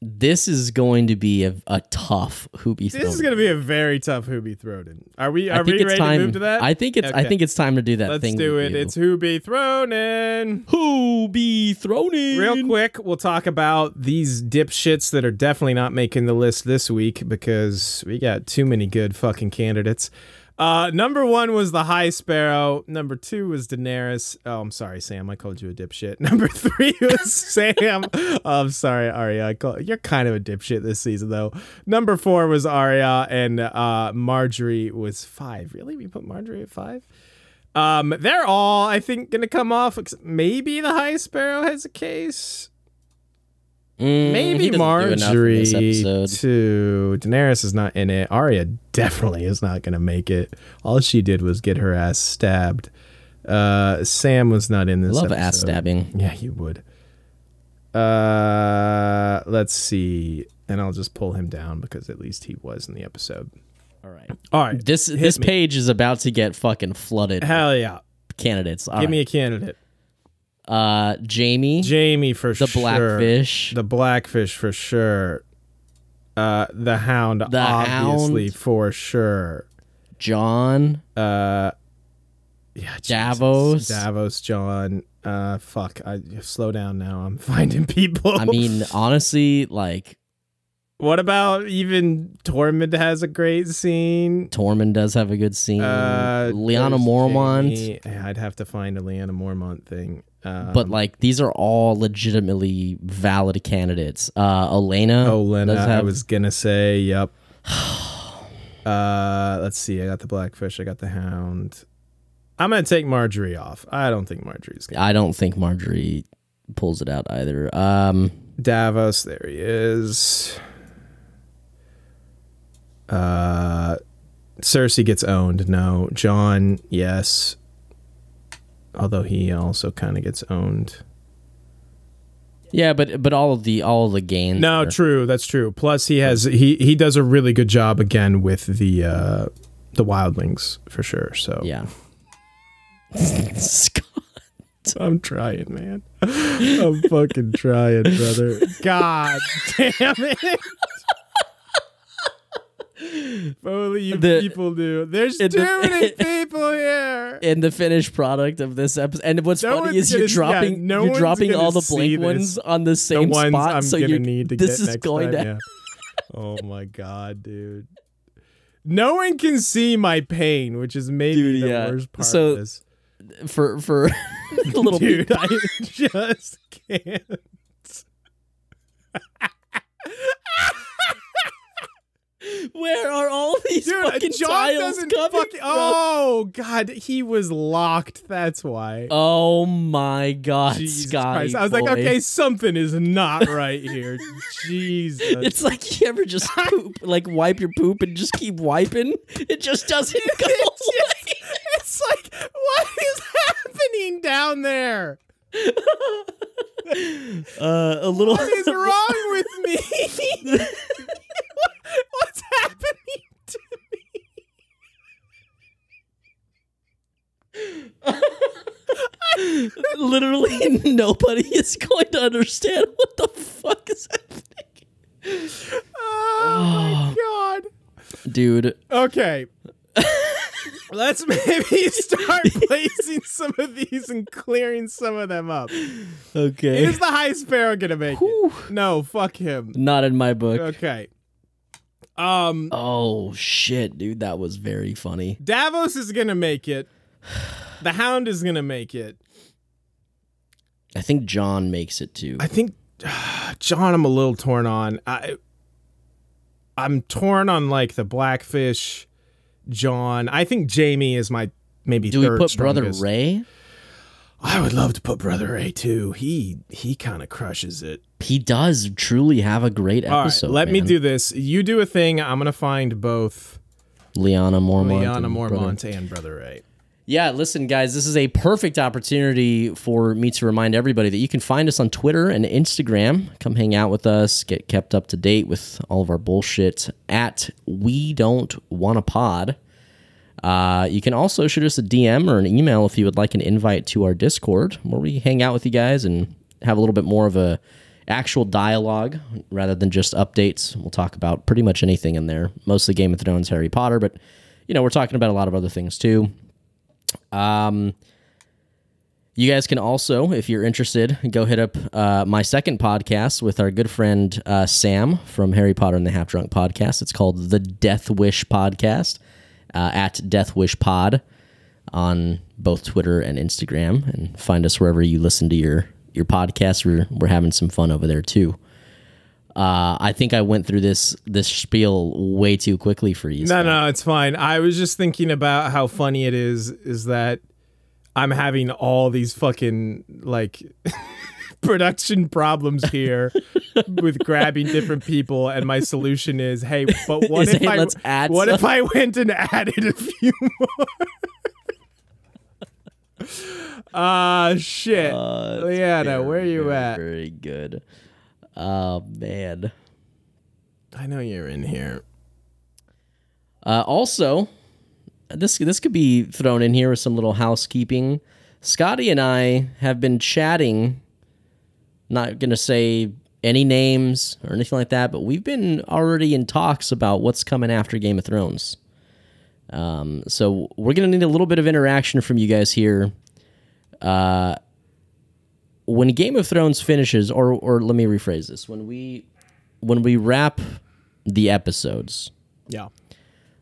Speaker 1: this is going to be a, a tough hoopy.
Speaker 2: this is gonna be a very tough who be thrown. Are we are we ready
Speaker 1: time.
Speaker 2: to move to that?
Speaker 1: I think it's. I
Speaker 2: Okay.
Speaker 1: think it's time to do that
Speaker 2: Let's
Speaker 1: thing.
Speaker 2: do
Speaker 1: we
Speaker 2: it. It's who be thrown in.
Speaker 1: who be thrown in.
Speaker 2: Real quick, we'll talk about these dipshits that are definitely not making the list this week because we got too many good fucking candidates. Uh, number one was the High Sparrow. Number two was Daenerys. Oh, I'm sorry, Sam. I called you a dipshit. Number three was Sam. Oh, I'm sorry, Arya. I call- You're kind of a dipshit this season, though. Number four was Arya, and uh, Marjorie was five. Really? We put Marjorie at five? Um, they're all, I think, going to come off. ex- Maybe the High Sparrow has a case.
Speaker 1: Mm, he
Speaker 2: Maybe
Speaker 1: doesn't do enough in
Speaker 2: Marjorie
Speaker 1: this episode.
Speaker 2: too. Daenerys is not in it. Arya definitely is not going to make it. All she did was get her ass stabbed. Uh, Sam was not in this.
Speaker 1: Love ass
Speaker 2: episode.
Speaker 1: stabbing.
Speaker 2: Yeah, you would. Uh, let's see, and I'll just pull him down because at least he was in the episode.
Speaker 1: All right.
Speaker 2: All right,
Speaker 1: This this page is about to get fucking flooded. with
Speaker 2: hell yeah!
Speaker 1: candidates. All
Speaker 2: Give
Speaker 1: right.
Speaker 2: me a candidate.
Speaker 1: uh, Jamie,
Speaker 2: Jamie for
Speaker 1: the
Speaker 2: sure.
Speaker 1: Blackfish.
Speaker 2: The blackfish for sure. Uh, the hound
Speaker 1: The
Speaker 2: obviously
Speaker 1: Hound.
Speaker 2: for sure.
Speaker 1: John.
Speaker 2: Uh, yeah, Jesus.
Speaker 1: Davos.
Speaker 2: Davos, John. Uh, fuck. I slow down now. I'm finding people.
Speaker 1: I mean, honestly, like
Speaker 2: what about even Tormund has a great scene.
Speaker 1: Tormund does have a good scene.
Speaker 2: Uh,
Speaker 1: Liana
Speaker 2: there's
Speaker 1: Mm, Mormont.
Speaker 2: Jaime. Yeah, I'd have to find a Liana Mormont thing. Um,
Speaker 1: But like these are all legitimately valid candidates. Uh Elena.
Speaker 2: Oh, Lena,
Speaker 1: does
Speaker 2: I
Speaker 1: have-
Speaker 2: was gonna say, yep. uh, let's see. I got the blackfish. I got the hound. I'm gonna take Marjorie off. I don't think Marjorie's gonna.
Speaker 1: I don't think Marjorie pulls it out either. Um
Speaker 2: Davos, there he is. Uh, Cersei gets owned. No, John, yes. Although he also kind of gets owned.
Speaker 1: yeah, but but all of the all of the gains.
Speaker 2: No,
Speaker 1: are-
Speaker 2: true. That's true. Plus, he has he he does a really good job again with the uh the wildlings for sure. So
Speaker 1: yeah.
Speaker 2: I'm trying, man. I'm fucking trying, brother. God damn it. If only you
Speaker 1: The-
Speaker 2: people knew. There's
Speaker 1: it-
Speaker 2: too
Speaker 1: the-
Speaker 2: many people here.
Speaker 1: In the finished product of this episode, and what's
Speaker 2: No
Speaker 1: funny is
Speaker 2: one's
Speaker 1: you're
Speaker 2: gonna- yeah,
Speaker 1: dropping
Speaker 2: no
Speaker 1: you're
Speaker 2: one's
Speaker 1: dropping all
Speaker 2: gonna
Speaker 1: the blank
Speaker 2: see
Speaker 1: ones
Speaker 2: this.
Speaker 1: on the
Speaker 2: The
Speaker 1: same
Speaker 2: ones
Speaker 1: spot,
Speaker 2: I'm
Speaker 1: so
Speaker 2: gonna
Speaker 1: you
Speaker 2: need to
Speaker 1: this
Speaker 2: get
Speaker 1: is
Speaker 2: next
Speaker 1: going
Speaker 2: time.
Speaker 1: to
Speaker 2: yeah. Oh my god, dude. No one can see my pain, which is maybe
Speaker 1: Dude,
Speaker 2: the
Speaker 1: yeah.
Speaker 2: worst part
Speaker 1: So-
Speaker 2: of this.
Speaker 1: for for the little
Speaker 2: Dude, I just can't.
Speaker 1: Where are all these
Speaker 2: Dude,
Speaker 1: fucking
Speaker 2: John
Speaker 1: tiles
Speaker 2: doesn't
Speaker 1: coming
Speaker 2: fucking.
Speaker 1: from? Oh,
Speaker 2: Oh god, he was locked. That's why.
Speaker 1: my Oh, God,
Speaker 2: Jesus
Speaker 1: Scotty!
Speaker 2: Christ. I was
Speaker 1: boy.
Speaker 2: like, okay, something is not right here. Jesus.
Speaker 1: It's like you ever just poop, like wipe your poop and just keep wiping. It just doesn't go away.
Speaker 2: It's like, what is happening down there?
Speaker 1: Uh, a little.
Speaker 2: What is wrong with me? What's happening to me?
Speaker 1: Literally, nobody is going to understand what the fuck is happening,
Speaker 2: Oh my god.
Speaker 1: dude.
Speaker 2: Okay. Let's maybe start placing some of these and clearing some of them up.
Speaker 1: Okay.
Speaker 2: Is the high sparrow gonna make it?
Speaker 1: Whew.
Speaker 2: No, fuck him.
Speaker 1: Not in my book.
Speaker 2: Okay. Um,
Speaker 1: Oh shit, dude, that was very funny.
Speaker 2: Davos is gonna make it. The Hound is gonna make it.
Speaker 1: I think John makes it too.
Speaker 2: I think John, I'm a little torn on. I I'm torn on like the Blackfish, John. I think Jamie is my maybe.
Speaker 1: Do we
Speaker 2: third
Speaker 1: put Brother
Speaker 2: strongest.
Speaker 1: Ray?
Speaker 2: I would love to put Brother Ray too. He he kind of crushes it.
Speaker 1: He does truly have a great
Speaker 2: All right,
Speaker 1: episode.
Speaker 2: let me
Speaker 1: man.
Speaker 2: do this. You do a thing. I'm gonna find both
Speaker 1: Liana Mormont.
Speaker 2: Liana
Speaker 1: and Brother-
Speaker 2: Mormont and Brother Ray.
Speaker 1: Yeah, listen, guys, this is a perfect opportunity for me to remind everybody that you can find us on Twitter and Instagram. Come hang out with us, get kept up to date with all of our bullshit at We Don't Want a Pod. Uh, you can also shoot us a DM or an email if you would like an invite to our Discord, where we hang out with you guys and have a little bit more of a actual dialogue rather than just updates. We'll talk about pretty much anything in there, mostly Game of Thrones, Harry Potter, but you know we're talking about a lot of other things too. Um, you guys can also, if you're interested, go hit up uh, my second podcast with our good friend uh, Sam from Harry Potter and the Half Drunk Podcast. It's called the Death Wish Podcast uh, at Death Wish Pod on both Twitter and Instagram, and find us wherever you listen to your your podcast. We're we're having some fun over there too. Uh, I think I went through this this spiel way too quickly for you.
Speaker 2: No, no, it's fine. I was just thinking about how funny it is is that I'm having all these fucking like production problems here with grabbing different people and my solution is, hey, but what
Speaker 1: Is,
Speaker 2: if
Speaker 1: hey,
Speaker 2: I
Speaker 1: let's add
Speaker 2: what
Speaker 1: some.
Speaker 2: if I went and added a few more? Ah shit.
Speaker 1: Uh, it's
Speaker 2: Leanna,
Speaker 1: very,
Speaker 2: where you
Speaker 1: very,
Speaker 2: at?
Speaker 1: Very good. Oh man.
Speaker 2: I know you're in here.
Speaker 1: Uh, also, this this could be thrown in here with some little housekeeping. Scotty and I have been chatting. Not gonna say any names or anything like that, but we've been already in talks about what's coming after Game of Thrones. Um, so we're gonna need a little bit of interaction from you guys here. Uh, when Game of Thrones finishes, or or let me rephrase this: when we when we wrap the episodes,
Speaker 2: Yeah.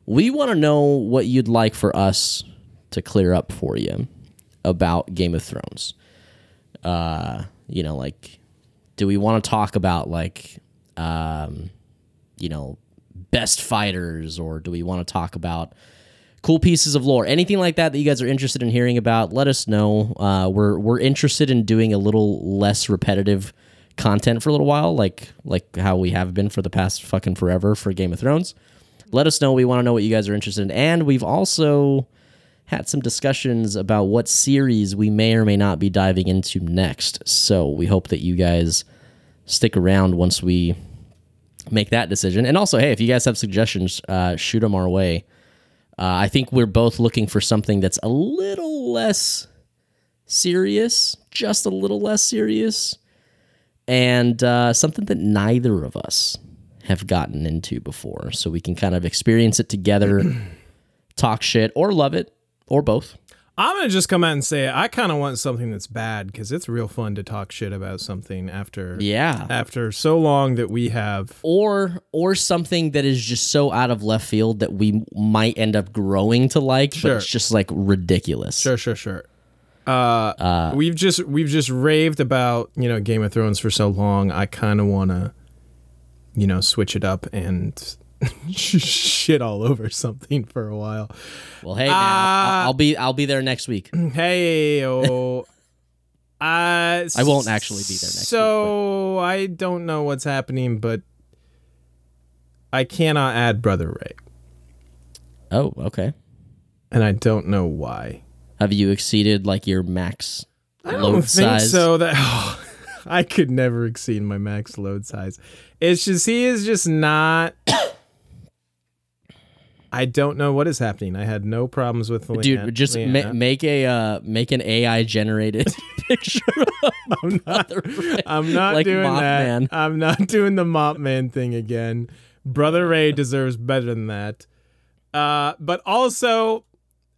Speaker 1: we want to know what you'd like for us to clear up for you about Game of Thrones. Uh, you know, like, do we want to talk about like, um, you know, best fighters, or do we want to talk about cool pieces of lore, anything like that that you guys are interested in hearing about? Let us know. Uh, we're we're interested in doing a little less repetitive content for a little while, like like how we have been for the past fucking forever for Game of Thrones let us know. We want to know what you guys are interested in. And we've also had some discussions about what series we may or may not be diving into next. So we hope that you guys stick around once we make that decision. And also, hey, if you guys have suggestions, uh, shoot them our way. Uh, I think we're both looking for something that's a little less serious, just a little less serious, and uh, something that neither of us have gotten into before. So we can kind of experience it together, talk shit, or love it, or both.
Speaker 2: I'm gonna just come out and say it. I kind of want something that's bad because it's real fun to talk shit about something after
Speaker 1: Yeah.
Speaker 2: after so long that we have.
Speaker 1: or or something that is just so out of left field that we might end up growing to like, but
Speaker 2: Sure.
Speaker 1: it's just like ridiculous.
Speaker 2: Sure, sure, sure. Uh, we've just we've just raved about you know Game of Thrones for so long. I kind of want to, you know, switch it up and shit all over something for a while.
Speaker 1: Well, hey, man, I'll, I'll be I'll be there next week.
Speaker 2: Hey, oh, uh, I
Speaker 1: I won't actually be there next week,
Speaker 2: So I don't know what's happening, but I cannot add Brother Ray,
Speaker 1: Oh, okay.
Speaker 2: and I don't know why.
Speaker 1: Have you exceeded like your max
Speaker 2: I
Speaker 1: load
Speaker 2: don't think
Speaker 1: size?
Speaker 2: so. That I could never exceed my max load size. It's just he is just not. I don't know what is happening. I had no problems with Leanne.
Speaker 1: Dude, just ma-
Speaker 2: Leanna.
Speaker 1: make a uh, make an AI generated picture.
Speaker 2: I'm not, I'm not
Speaker 1: like
Speaker 2: doing that.
Speaker 1: Mothman.
Speaker 2: I'm not doing the Mopman thing again. Brother Ray deserves better than that. Uh, but also,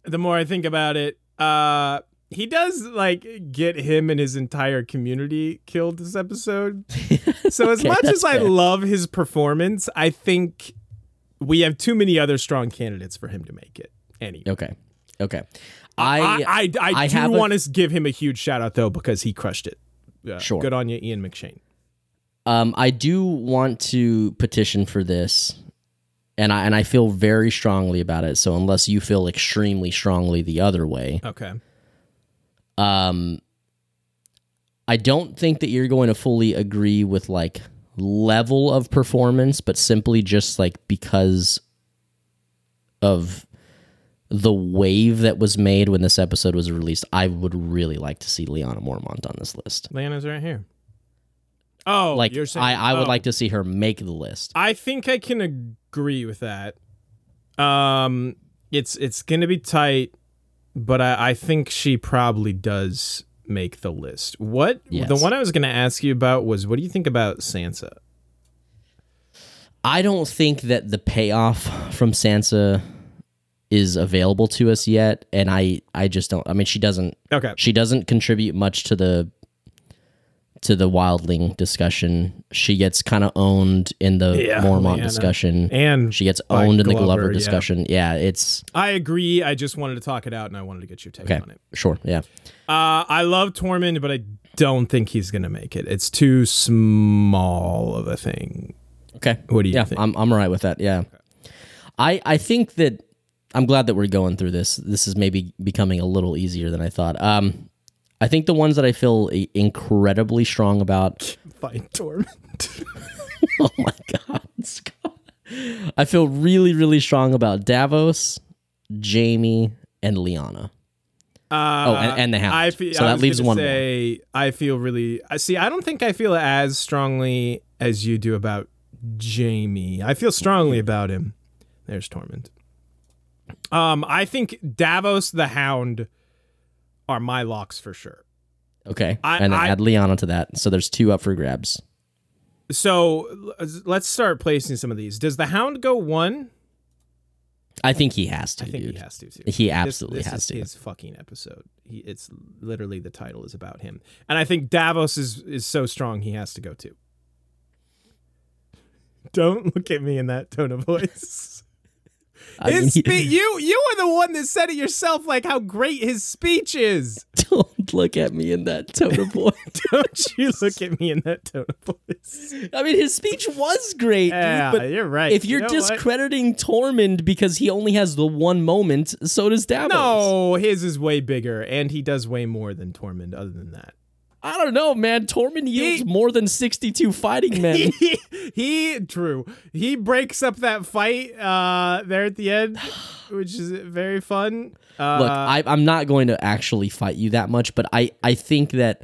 Speaker 2: the more I think about it, uh, he does like get him and his entire community killed this episode. So as
Speaker 1: Okay,
Speaker 2: much
Speaker 1: that's
Speaker 2: as I
Speaker 1: fair.
Speaker 2: love his performance, I think we have too many other strong candidates for him to make it. Anyway.
Speaker 1: Okay. Okay.
Speaker 2: I,
Speaker 1: I,
Speaker 2: I, I,
Speaker 1: I
Speaker 2: do
Speaker 1: have a-
Speaker 2: want to give him a huge shout out though because he crushed it. Yeah.
Speaker 1: Sure.
Speaker 2: Good on you, Ian McShane.
Speaker 1: um I do want to petition for this. And I and I feel very strongly about it. So unless you feel extremely strongly the other way,
Speaker 2: Okay.
Speaker 1: um I don't think that you're going to fully agree with like level of performance, but simply just like because of the wave that was made when this episode was released, I would really like to see Liana Mormont on this list.
Speaker 2: Lana's right here. Oh,
Speaker 1: like
Speaker 2: you're saying,
Speaker 1: I, I would
Speaker 2: oh.
Speaker 1: like to see her make the list.
Speaker 2: I think I can agree with that. Um, it's it's gonna be tight, but I, I think she probably does make the list. What the
Speaker 1: Yes.
Speaker 2: one I was gonna ask you about was what do you think about Sansa?
Speaker 1: I don't think that the payoff from Sansa is available to us yet, and I I just don't. I mean, she doesn't
Speaker 2: Okay,
Speaker 1: she doesn't contribute much to the to the wildling discussion. She gets kind of owned in the
Speaker 2: Yeah,
Speaker 1: Mormont
Speaker 2: Lyanna.
Speaker 1: discussion.
Speaker 2: and
Speaker 1: she gets
Speaker 2: by
Speaker 1: owned in the
Speaker 2: Glover,
Speaker 1: Glover
Speaker 2: yeah.
Speaker 1: discussion. Yeah, it's
Speaker 2: I agree. I just wanted to talk it out, and I wanted to get your take
Speaker 1: okay.
Speaker 2: on it.
Speaker 1: Sure. Yeah.
Speaker 2: Uh, I love Tormund, but I don't think he's gonna make it. It's too small of a thing.
Speaker 1: Okay.
Speaker 2: What do you
Speaker 1: yeah,
Speaker 2: think?
Speaker 1: I'm I'm all right with that. Yeah. I I think that I'm glad that we're going through this. This is maybe becoming a little easier than I thought. Um I think the ones that I feel i- incredibly strong about.
Speaker 2: Fine, Tormund.
Speaker 1: Oh my god. Scott. I feel really really strong about Davos, Jamie, and Liana.
Speaker 2: Uh,
Speaker 1: Oh, and- and the Hound.
Speaker 2: I fe-
Speaker 1: So
Speaker 2: I
Speaker 1: that
Speaker 2: was
Speaker 1: leaves
Speaker 2: gonna
Speaker 1: one more.
Speaker 2: Say, I feel really. I see. I don't think I feel as strongly as you do about Jamie. I feel strongly about him. There's Tormund. Um, I think Davos the Hound are my locks for sure.
Speaker 1: Okay.
Speaker 2: I-
Speaker 1: and then
Speaker 2: I-
Speaker 1: add Liana to that. So there's two up for grabs.
Speaker 2: So l- let's start placing some of these. Does the Hound go one?
Speaker 1: I think he has to,
Speaker 2: I think
Speaker 1: dude.
Speaker 2: he has to too.
Speaker 1: He absolutely
Speaker 2: this, this
Speaker 1: has
Speaker 2: is
Speaker 1: to.
Speaker 2: His fucking episode. He, it's literally the title is about him, and I think Davos is is so strong he has to go too. Don't look at me in that tone of voice.
Speaker 1: I mean,
Speaker 2: his
Speaker 1: he-
Speaker 2: spe- you you were the one that said it yourself, like how great his speech is.
Speaker 1: don't look at me in that tone of voice.
Speaker 2: Don't you look at me in that tone of voice?
Speaker 1: I mean, his speech was great, dude,
Speaker 2: Yeah,
Speaker 1: but
Speaker 2: you're right.
Speaker 1: if you're
Speaker 2: You know what?
Speaker 1: discrediting Tormund because he only has the one moment, so does Davos.
Speaker 2: no, his is way bigger, and he does way more than Tormund. Other than that.
Speaker 1: I don't know, man. Tormund yields more than 62 fighting men.
Speaker 2: he, he Drew. He breaks up that fight uh there at the end, which is very fun. Uh,
Speaker 1: Look, I, I'm not going to actually fight you that much, but I, I think that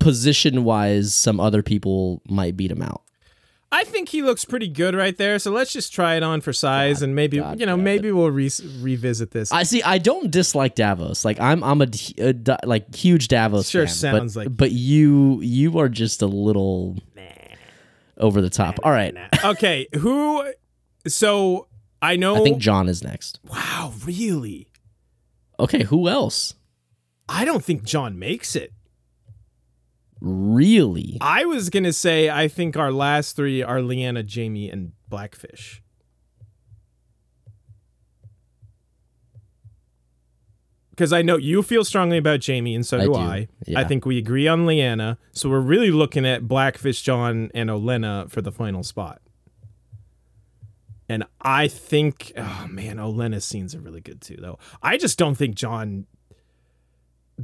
Speaker 1: position wise, some other people might beat him out.
Speaker 2: I think he looks pretty good right there. So let's just try it on for size, and maybe
Speaker 1: God
Speaker 2: you know
Speaker 1: damn
Speaker 2: maybe we'll re- revisit this.
Speaker 1: I see. I don't dislike Davos. Like I'm, I'm a, d- a d- like huge Davos.
Speaker 2: Sure
Speaker 1: fan,
Speaker 2: sounds
Speaker 1: but,
Speaker 2: like-
Speaker 1: But you, you are just a little over the top. All right,
Speaker 2: okay, who? So I know.
Speaker 1: I think John is next.
Speaker 2: wow, really?
Speaker 1: Okay, who else?
Speaker 2: I don't think John makes it.
Speaker 1: Really?
Speaker 2: I was gonna say I think our last three are Leanna, Jamie, and Blackfish. Because I know you feel strongly about Jamie, and so
Speaker 1: I
Speaker 2: do,
Speaker 1: do,
Speaker 2: I.
Speaker 1: yeah.
Speaker 2: I think we agree on Leanna, so we're really looking at Blackfish, John, and Olena for the final spot. And I think, oh man, Olena's scenes are really good too, though. I just don't think John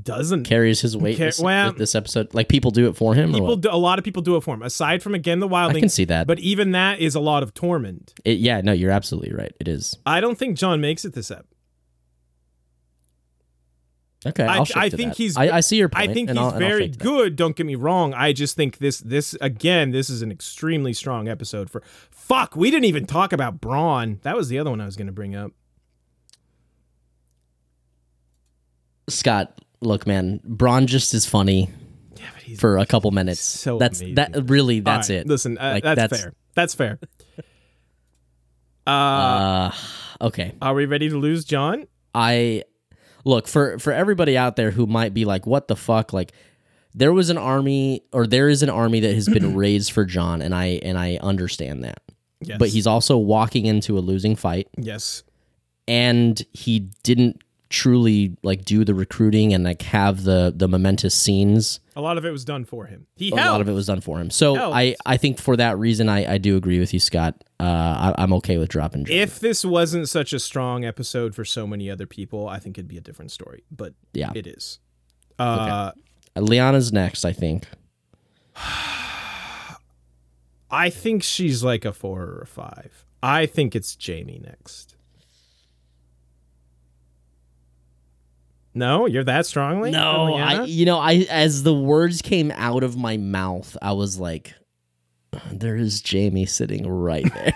Speaker 2: doesn't
Speaker 1: Carries his weight
Speaker 2: Car-
Speaker 1: this,
Speaker 2: well-
Speaker 1: with this episode. Like people do it for him. or
Speaker 2: people
Speaker 1: what?
Speaker 2: do, a lot of people do it for him aside from again the
Speaker 1: I can
Speaker 2: wildlings
Speaker 1: see that. But
Speaker 2: but even that is a lot of torment
Speaker 1: yeah, no, you're absolutely right. It is
Speaker 2: i don't think john makes it this ep
Speaker 1: okay.
Speaker 2: I-
Speaker 1: I'll shift
Speaker 2: I
Speaker 1: to
Speaker 2: think
Speaker 1: that.
Speaker 2: he's-
Speaker 1: I, I see your point.
Speaker 2: i think
Speaker 1: and
Speaker 2: he's
Speaker 1: I'll- and I'll
Speaker 2: very
Speaker 1: shift to that.
Speaker 2: good don't get me wrong i just think this this again this is an extremely strong episode for fuck we didn't even talk about braun that was the other one i was going to bring up
Speaker 1: Scott, look, man, Braun just is funny
Speaker 2: yeah but he's
Speaker 1: for a couple minutes.
Speaker 2: so
Speaker 1: that's that.
Speaker 2: amazing.
Speaker 1: Really, that's
Speaker 2: All right,
Speaker 1: it.
Speaker 2: listen uh,
Speaker 1: Like,
Speaker 2: that's,
Speaker 1: that's-
Speaker 2: fair that's fair uh,
Speaker 1: uh, okay.
Speaker 2: Are we ready to lose John?
Speaker 1: I look for for everybody out there who might be like, "What the fuck?" Like, there was an army, or there is an army that has been raised for John, and I and I understand that.
Speaker 2: Yes.
Speaker 1: But he's also walking into a losing fight,
Speaker 2: yes.
Speaker 1: and he didn't truly like do the recruiting and like have the the momentous scenes.
Speaker 2: A lot of it was done for him. He
Speaker 1: A
Speaker 2: helped.
Speaker 1: lot of it was done for him. So
Speaker 2: Helped.
Speaker 1: I I think for that reason, I I do agree with you, Scott. Uh, I, I'm okay with dropping John.
Speaker 2: If this wasn't such a strong episode for so many other people, I think it'd be a different story. But
Speaker 1: Yeah.
Speaker 2: it is. Uh,
Speaker 1: Liana's next, I think.
Speaker 2: I think she's like a four or a five. I think it's Jamie next. No, you're that strongly.
Speaker 1: No, I
Speaker 2: Eliana?
Speaker 1: you know, I as the words came out of my mouth, I was like there is Jamie sitting right there.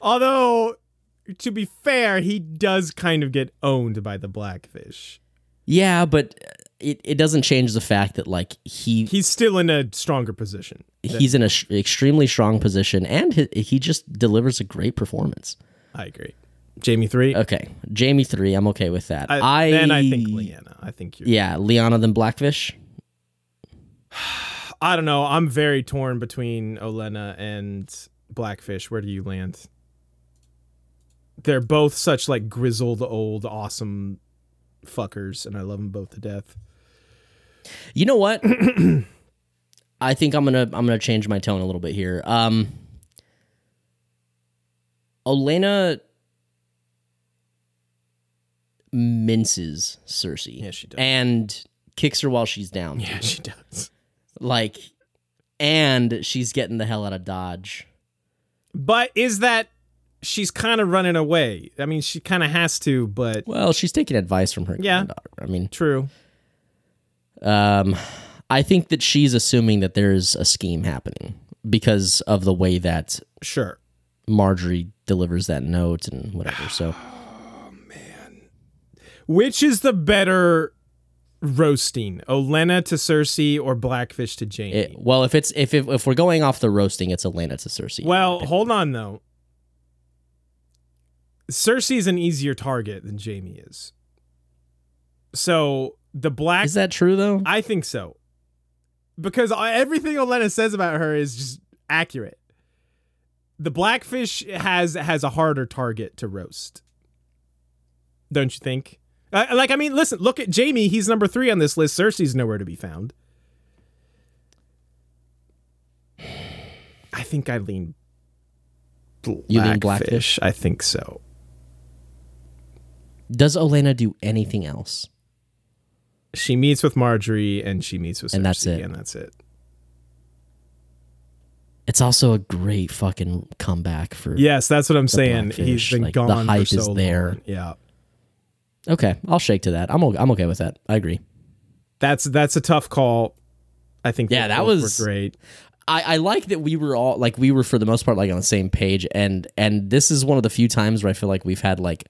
Speaker 2: Although, to be fair, he does kind of get owned by the blackfish.
Speaker 1: yeah, but it, it doesn't change the fact that like he
Speaker 2: He's still in a stronger position. than-
Speaker 1: he's in an extremely strong position and he, he just delivers a great performance.
Speaker 2: I agree. Jamie three.
Speaker 1: Okay. Jamie 3, I'm okay with that. Uh, I,
Speaker 2: I, then I think Leanna. I think you're.
Speaker 1: Yeah, Liana than Blackfish.
Speaker 2: I don't know. I'm very torn between Olena and Blackfish. Where do you land? They're both such like grizzled old awesome fuckers, and I love them both to death.
Speaker 1: You know what? I think I'm gonna I'm gonna change my tone a little bit here. Um, Olena minces Cersei.
Speaker 2: Yeah, she does.
Speaker 1: And kicks her while she's down.
Speaker 2: Yeah, she does.
Speaker 1: Like, and she's getting the hell out of dodge.
Speaker 2: But is that she's kind of running away? I mean, she kind of has to, but
Speaker 1: Well, she's taking advice from her
Speaker 2: Yeah.
Speaker 1: granddaughter. I mean,
Speaker 2: true.
Speaker 1: um, I think that she's assuming that there's a scheme happening because of the way that
Speaker 2: Sure.
Speaker 1: Marjorie delivers that note and whatever. So
Speaker 2: Oh, Which is the better roasting, Olena to Cersei or Blackfish to Jamie?
Speaker 1: It, well, if it's if, if if we're going off the roasting, it's Elena to Cersei.
Speaker 2: Well, hold on though. Cersei is an easier target than Jamie is. So the black,
Speaker 1: is that true though?
Speaker 2: I think so, because I- everything Olenna says about her is just accurate. The blackfish has has a harder target to roast, don't you think? Uh, like, I mean, listen, look at Jamie. He's number three on this list. Cersei's nowhere to be found. I think I lean.
Speaker 1: You lean Blackfish?
Speaker 2: I think so.
Speaker 1: Does Elena do anything else?
Speaker 2: She meets with Marjorie and she meets with Cersei,
Speaker 1: And that's it.
Speaker 2: and that's it.
Speaker 1: It's also a great fucking comeback for.
Speaker 2: Yes, that's what I'm saying. He's
Speaker 1: Blackfish,
Speaker 2: been
Speaker 1: like, the
Speaker 2: gone. for
Speaker 1: hype is
Speaker 2: so
Speaker 1: there.
Speaker 2: long. Yeah,
Speaker 1: Okay, I'll shake to that. I'm o- I'm okay with that. I agree.
Speaker 2: that's that's a tough call. I think.
Speaker 1: Yeah,
Speaker 2: they
Speaker 1: that
Speaker 2: both
Speaker 1: was-
Speaker 2: were great.
Speaker 1: I, I like that we were all like we were for the most part like on the same page and and this is one of the few times where I feel like we've had like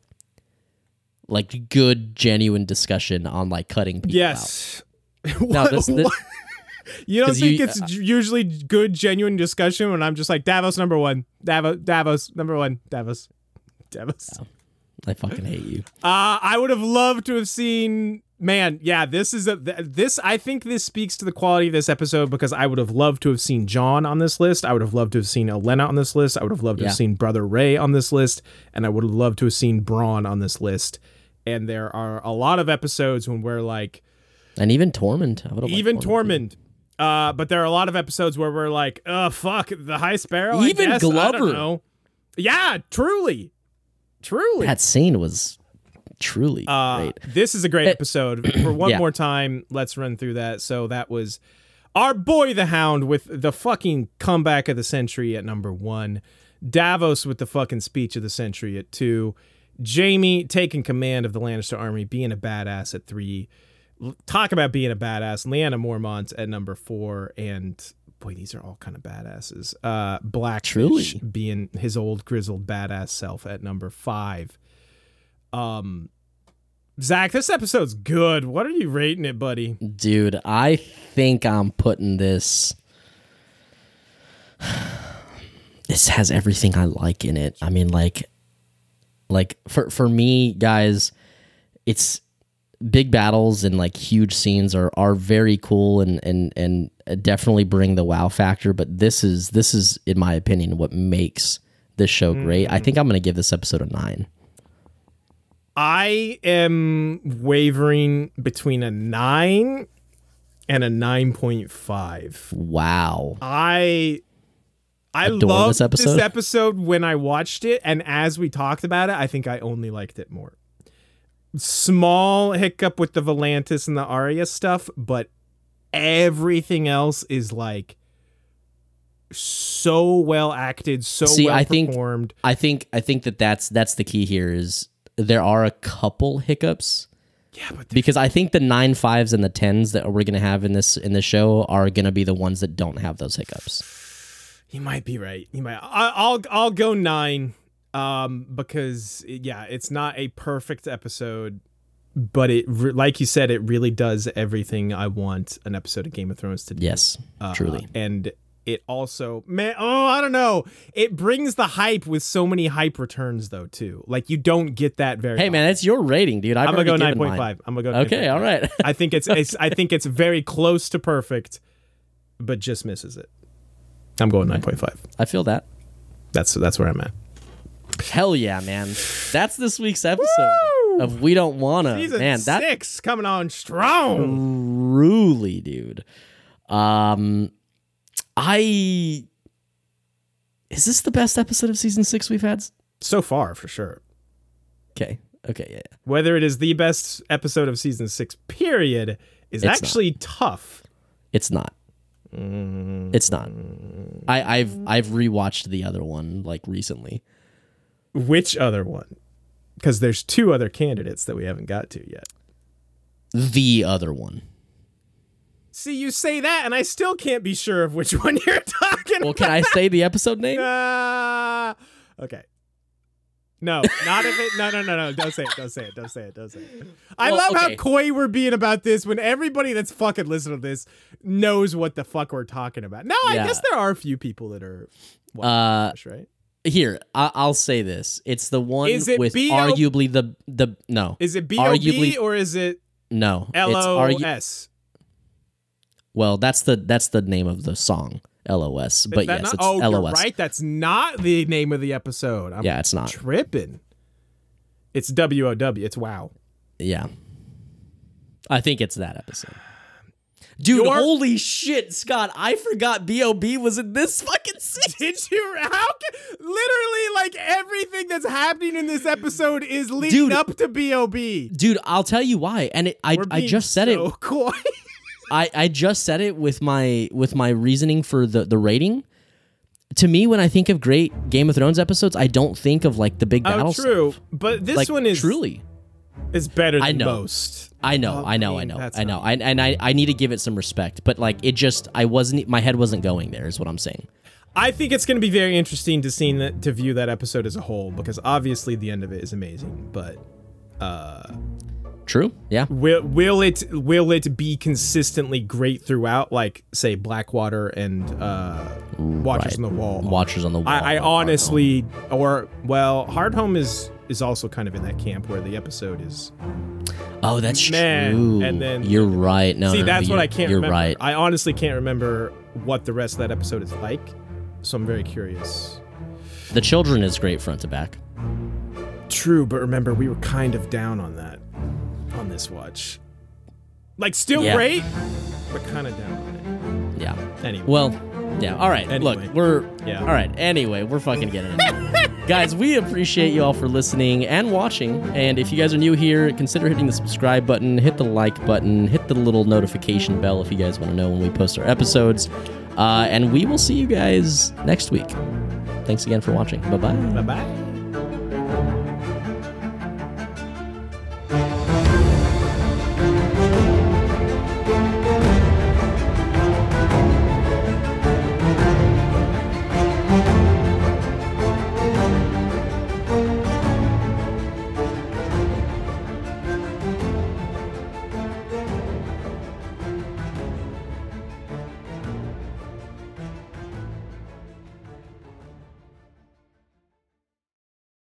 Speaker 1: like good genuine discussion on like cutting people out.
Speaker 2: Yes.
Speaker 1: Now,
Speaker 2: What-
Speaker 1: this- this-
Speaker 2: what- you don't
Speaker 1: 'cause
Speaker 2: think
Speaker 1: you- uh,
Speaker 2: it's ju- usually good, genuine discussion when I'm just like Davos number one, Davos, Davos number one, Davos, Davos.
Speaker 1: I fucking hate you.
Speaker 2: Uh, I would have loved to have seen. Man, yeah, this is a th- this. I think this speaks to the quality of this episode because I would have loved to have seen John on this list. I would have loved to have seen Elena on this list. I would have loved to
Speaker 1: Yeah.
Speaker 2: have seen Brother Ray on this list, and I would have loved to have seen Braun on this list. And there are a lot of episodes when we're like,
Speaker 1: And even Tormund. I would've liked
Speaker 2: even
Speaker 1: Tormund.
Speaker 2: Tormund. Uh, but there are a lot of episodes where we're like, uh fuck, the High Sparrow. I
Speaker 1: Even
Speaker 2: guess? I don't
Speaker 1: Glover.
Speaker 2: know. Yeah, truly, truly.
Speaker 1: That scene was truly
Speaker 2: Uh,
Speaker 1: great.
Speaker 2: This is a great episode. For one
Speaker 1: Yeah.
Speaker 2: more time, let's run through that. So that was our boy the Hound with the fucking comeback of the century at number one. Davos with the fucking speech of the century at two. Jamie taking command of the Lannister army, being a badass at three. L- Talk about being a badass. Leanna Mormont at number four. And boy, these are all kind of badasses. Uh, Blackfish
Speaker 1: Truly.
Speaker 2: being his old grizzled badass self at number five. Um, Zach, this episode's good. What are you rating it, buddy?
Speaker 1: Dude, I think I'm putting this. This has everything I like in it. I mean, like, Like for for me, guys, it's big battles and like huge scenes are are very cool and and and definitely bring the wow factor. But this is this is, in my opinion, what makes this show great. I think I'm gonna give this episode a nine.
Speaker 2: I am wavering between a nine and a nine point five.
Speaker 1: Wow.
Speaker 2: I I
Speaker 1: Adore
Speaker 2: loved
Speaker 1: this episode?
Speaker 2: episode when I watched it, and as we talked about it, I think I only liked it more. Small hiccup with the Volantis and the Arya stuff, but everything else is like so well acted, so
Speaker 1: See,
Speaker 2: well
Speaker 1: I think-
Speaker 2: performed.
Speaker 1: I think I think that that's that's the key here is there are a couple hiccups
Speaker 2: yeah, but
Speaker 1: because I think the nine fives and the tens that we're gonna have in this in the show are gonna be the ones that don't have those hiccups.
Speaker 2: You might be right. You might. I, I'll I'll go nine, um, because yeah, it's not a perfect episode, but it re- like you said, it really does everything I want an episode of Game of Thrones to do.
Speaker 1: Yes,
Speaker 2: Uh,
Speaker 1: truly.
Speaker 2: And it also man, oh, I don't know. It brings the hype with so many hype returns though too. Like you don't get that very.
Speaker 1: Hey
Speaker 2: often.
Speaker 1: man, that's your rating, dude. I've
Speaker 2: I'm gonna go
Speaker 1: already
Speaker 2: nine
Speaker 1: given mine.
Speaker 2: point five. I'm gonna go.
Speaker 1: Okay,
Speaker 2: 9.5.
Speaker 1: all right.
Speaker 2: I think it's, it's I think it's very close to perfect, but just misses it. I'm going nine point five.
Speaker 1: I feel that.
Speaker 2: That's that's where I'm at.
Speaker 1: Hell yeah, man. That's this week's episode of We Don't Wanna.
Speaker 2: Season
Speaker 1: man, that
Speaker 2: six coming on strong.
Speaker 1: truly, dude. Um I Is this the best episode of season 6 we've had?
Speaker 2: So far, for sure.
Speaker 1: Okay. Okay, yeah. yeah.
Speaker 2: Whether it is the best episode of season six, period, is
Speaker 1: not.
Speaker 2: actually tough.
Speaker 1: It's not.
Speaker 2: Mm.
Speaker 1: It's not. I, I've I've rewatched the other one like recently.
Speaker 2: Which other one? Because there's two other candidates that we haven't got to yet.
Speaker 1: The other one.
Speaker 2: See, you say that, and I still can't be sure of which one you're talking
Speaker 1: Well, can I say the episode name?
Speaker 2: about. Ah! okay. No, not if it. No, no, no, no. Don't say it. Don't say it. Don't say it. Don't say it. I
Speaker 1: Well,
Speaker 2: love
Speaker 1: okay.
Speaker 2: how coy we're being about this when everybody that's fucking listening to this knows what the fuck we're talking about. No, I
Speaker 1: Yeah.
Speaker 2: guess there are a few people that are. watching
Speaker 1: Uh,
Speaker 2: this, right?
Speaker 1: Here, I, I'll say this. It's the one
Speaker 2: Is it
Speaker 1: with
Speaker 2: B O-
Speaker 1: arguably the the no
Speaker 2: Is it B O B
Speaker 1: arguably-
Speaker 2: or is it
Speaker 1: no.
Speaker 2: L
Speaker 1: It's
Speaker 2: O
Speaker 1: argu-
Speaker 2: S?
Speaker 1: Well, that's the that's the name of the song, LOS. But
Speaker 2: Is that
Speaker 1: yes,
Speaker 2: not-
Speaker 1: it's
Speaker 2: oh, you're
Speaker 1: LOS.
Speaker 2: right. That's not the name of the episode. I'm
Speaker 1: Yeah, it's not.
Speaker 2: tripping. It's W O W. It's wow.
Speaker 1: Yeah. I think it's that episode. Dude,
Speaker 2: You're-
Speaker 1: holy shit, Scott, I forgot B.O.B. was in this fucking scene.
Speaker 2: Did you? How? Can, literally, like everything that's happening in this episode is leading
Speaker 1: Dude.
Speaker 2: up to B.O.B.
Speaker 1: Dude, I'll tell you why. And it, I,
Speaker 2: We're
Speaker 1: I
Speaker 2: being
Speaker 1: just said
Speaker 2: so
Speaker 1: it.
Speaker 2: Coy.
Speaker 1: I, I just said it with my with my reasoning for the, the rating. To me, when I think of great Game of Thrones episodes, I don't think of like the big battle.
Speaker 2: Oh,
Speaker 1: stuff.
Speaker 2: true. But this
Speaker 1: Like,
Speaker 2: one is
Speaker 1: truly.
Speaker 2: is better than
Speaker 1: I know.
Speaker 2: most.
Speaker 1: I know, I know, I
Speaker 2: mean,
Speaker 1: know,
Speaker 2: that's
Speaker 1: I know, I, and I, I need to give it some respect, but like it just, I wasn't, my head wasn't going there, is what I'm saying.
Speaker 2: I think it's going to be very interesting to see that, to view that episode as a whole because obviously the end of it is amazing. But
Speaker 1: True, yeah,
Speaker 2: will will it will it be consistently great throughout? Like say Blackwater and uh, Watchers on the Wall.
Speaker 1: Watchers on the wall.
Speaker 2: I, I honestly, or well, Hard Home is is also kind of in that camp where the episode is.
Speaker 1: oh, that's
Speaker 2: Man,
Speaker 1: true.
Speaker 2: and then-
Speaker 1: you're right. No,
Speaker 2: See,
Speaker 1: no, no,
Speaker 2: that's what
Speaker 1: you're-
Speaker 2: I can't.
Speaker 1: You're
Speaker 2: remember.
Speaker 1: right.
Speaker 2: I honestly can't remember what the rest of that episode is like, so I'm very curious.
Speaker 1: The children is great front to back.
Speaker 2: True, but remember we were kind of down on that on this watch. Like still
Speaker 1: Yeah.
Speaker 2: great, but kind of down on
Speaker 1: Yeah.
Speaker 2: it. Anyway,
Speaker 1: Well, yeah. All right.
Speaker 2: Anyway.
Speaker 1: Look, we're
Speaker 2: Yeah.
Speaker 1: All right. Anyway, we're fucking getting it. guys, we appreciate you all for listening and watching. And if you guys are new here, consider hitting the subscribe button, hit the like button, hit the little notification bell if you guys want to know when we post our episodes. Uh, and we will see you guys next week. Thanks again for watching. Bye bye.
Speaker 2: bye bye.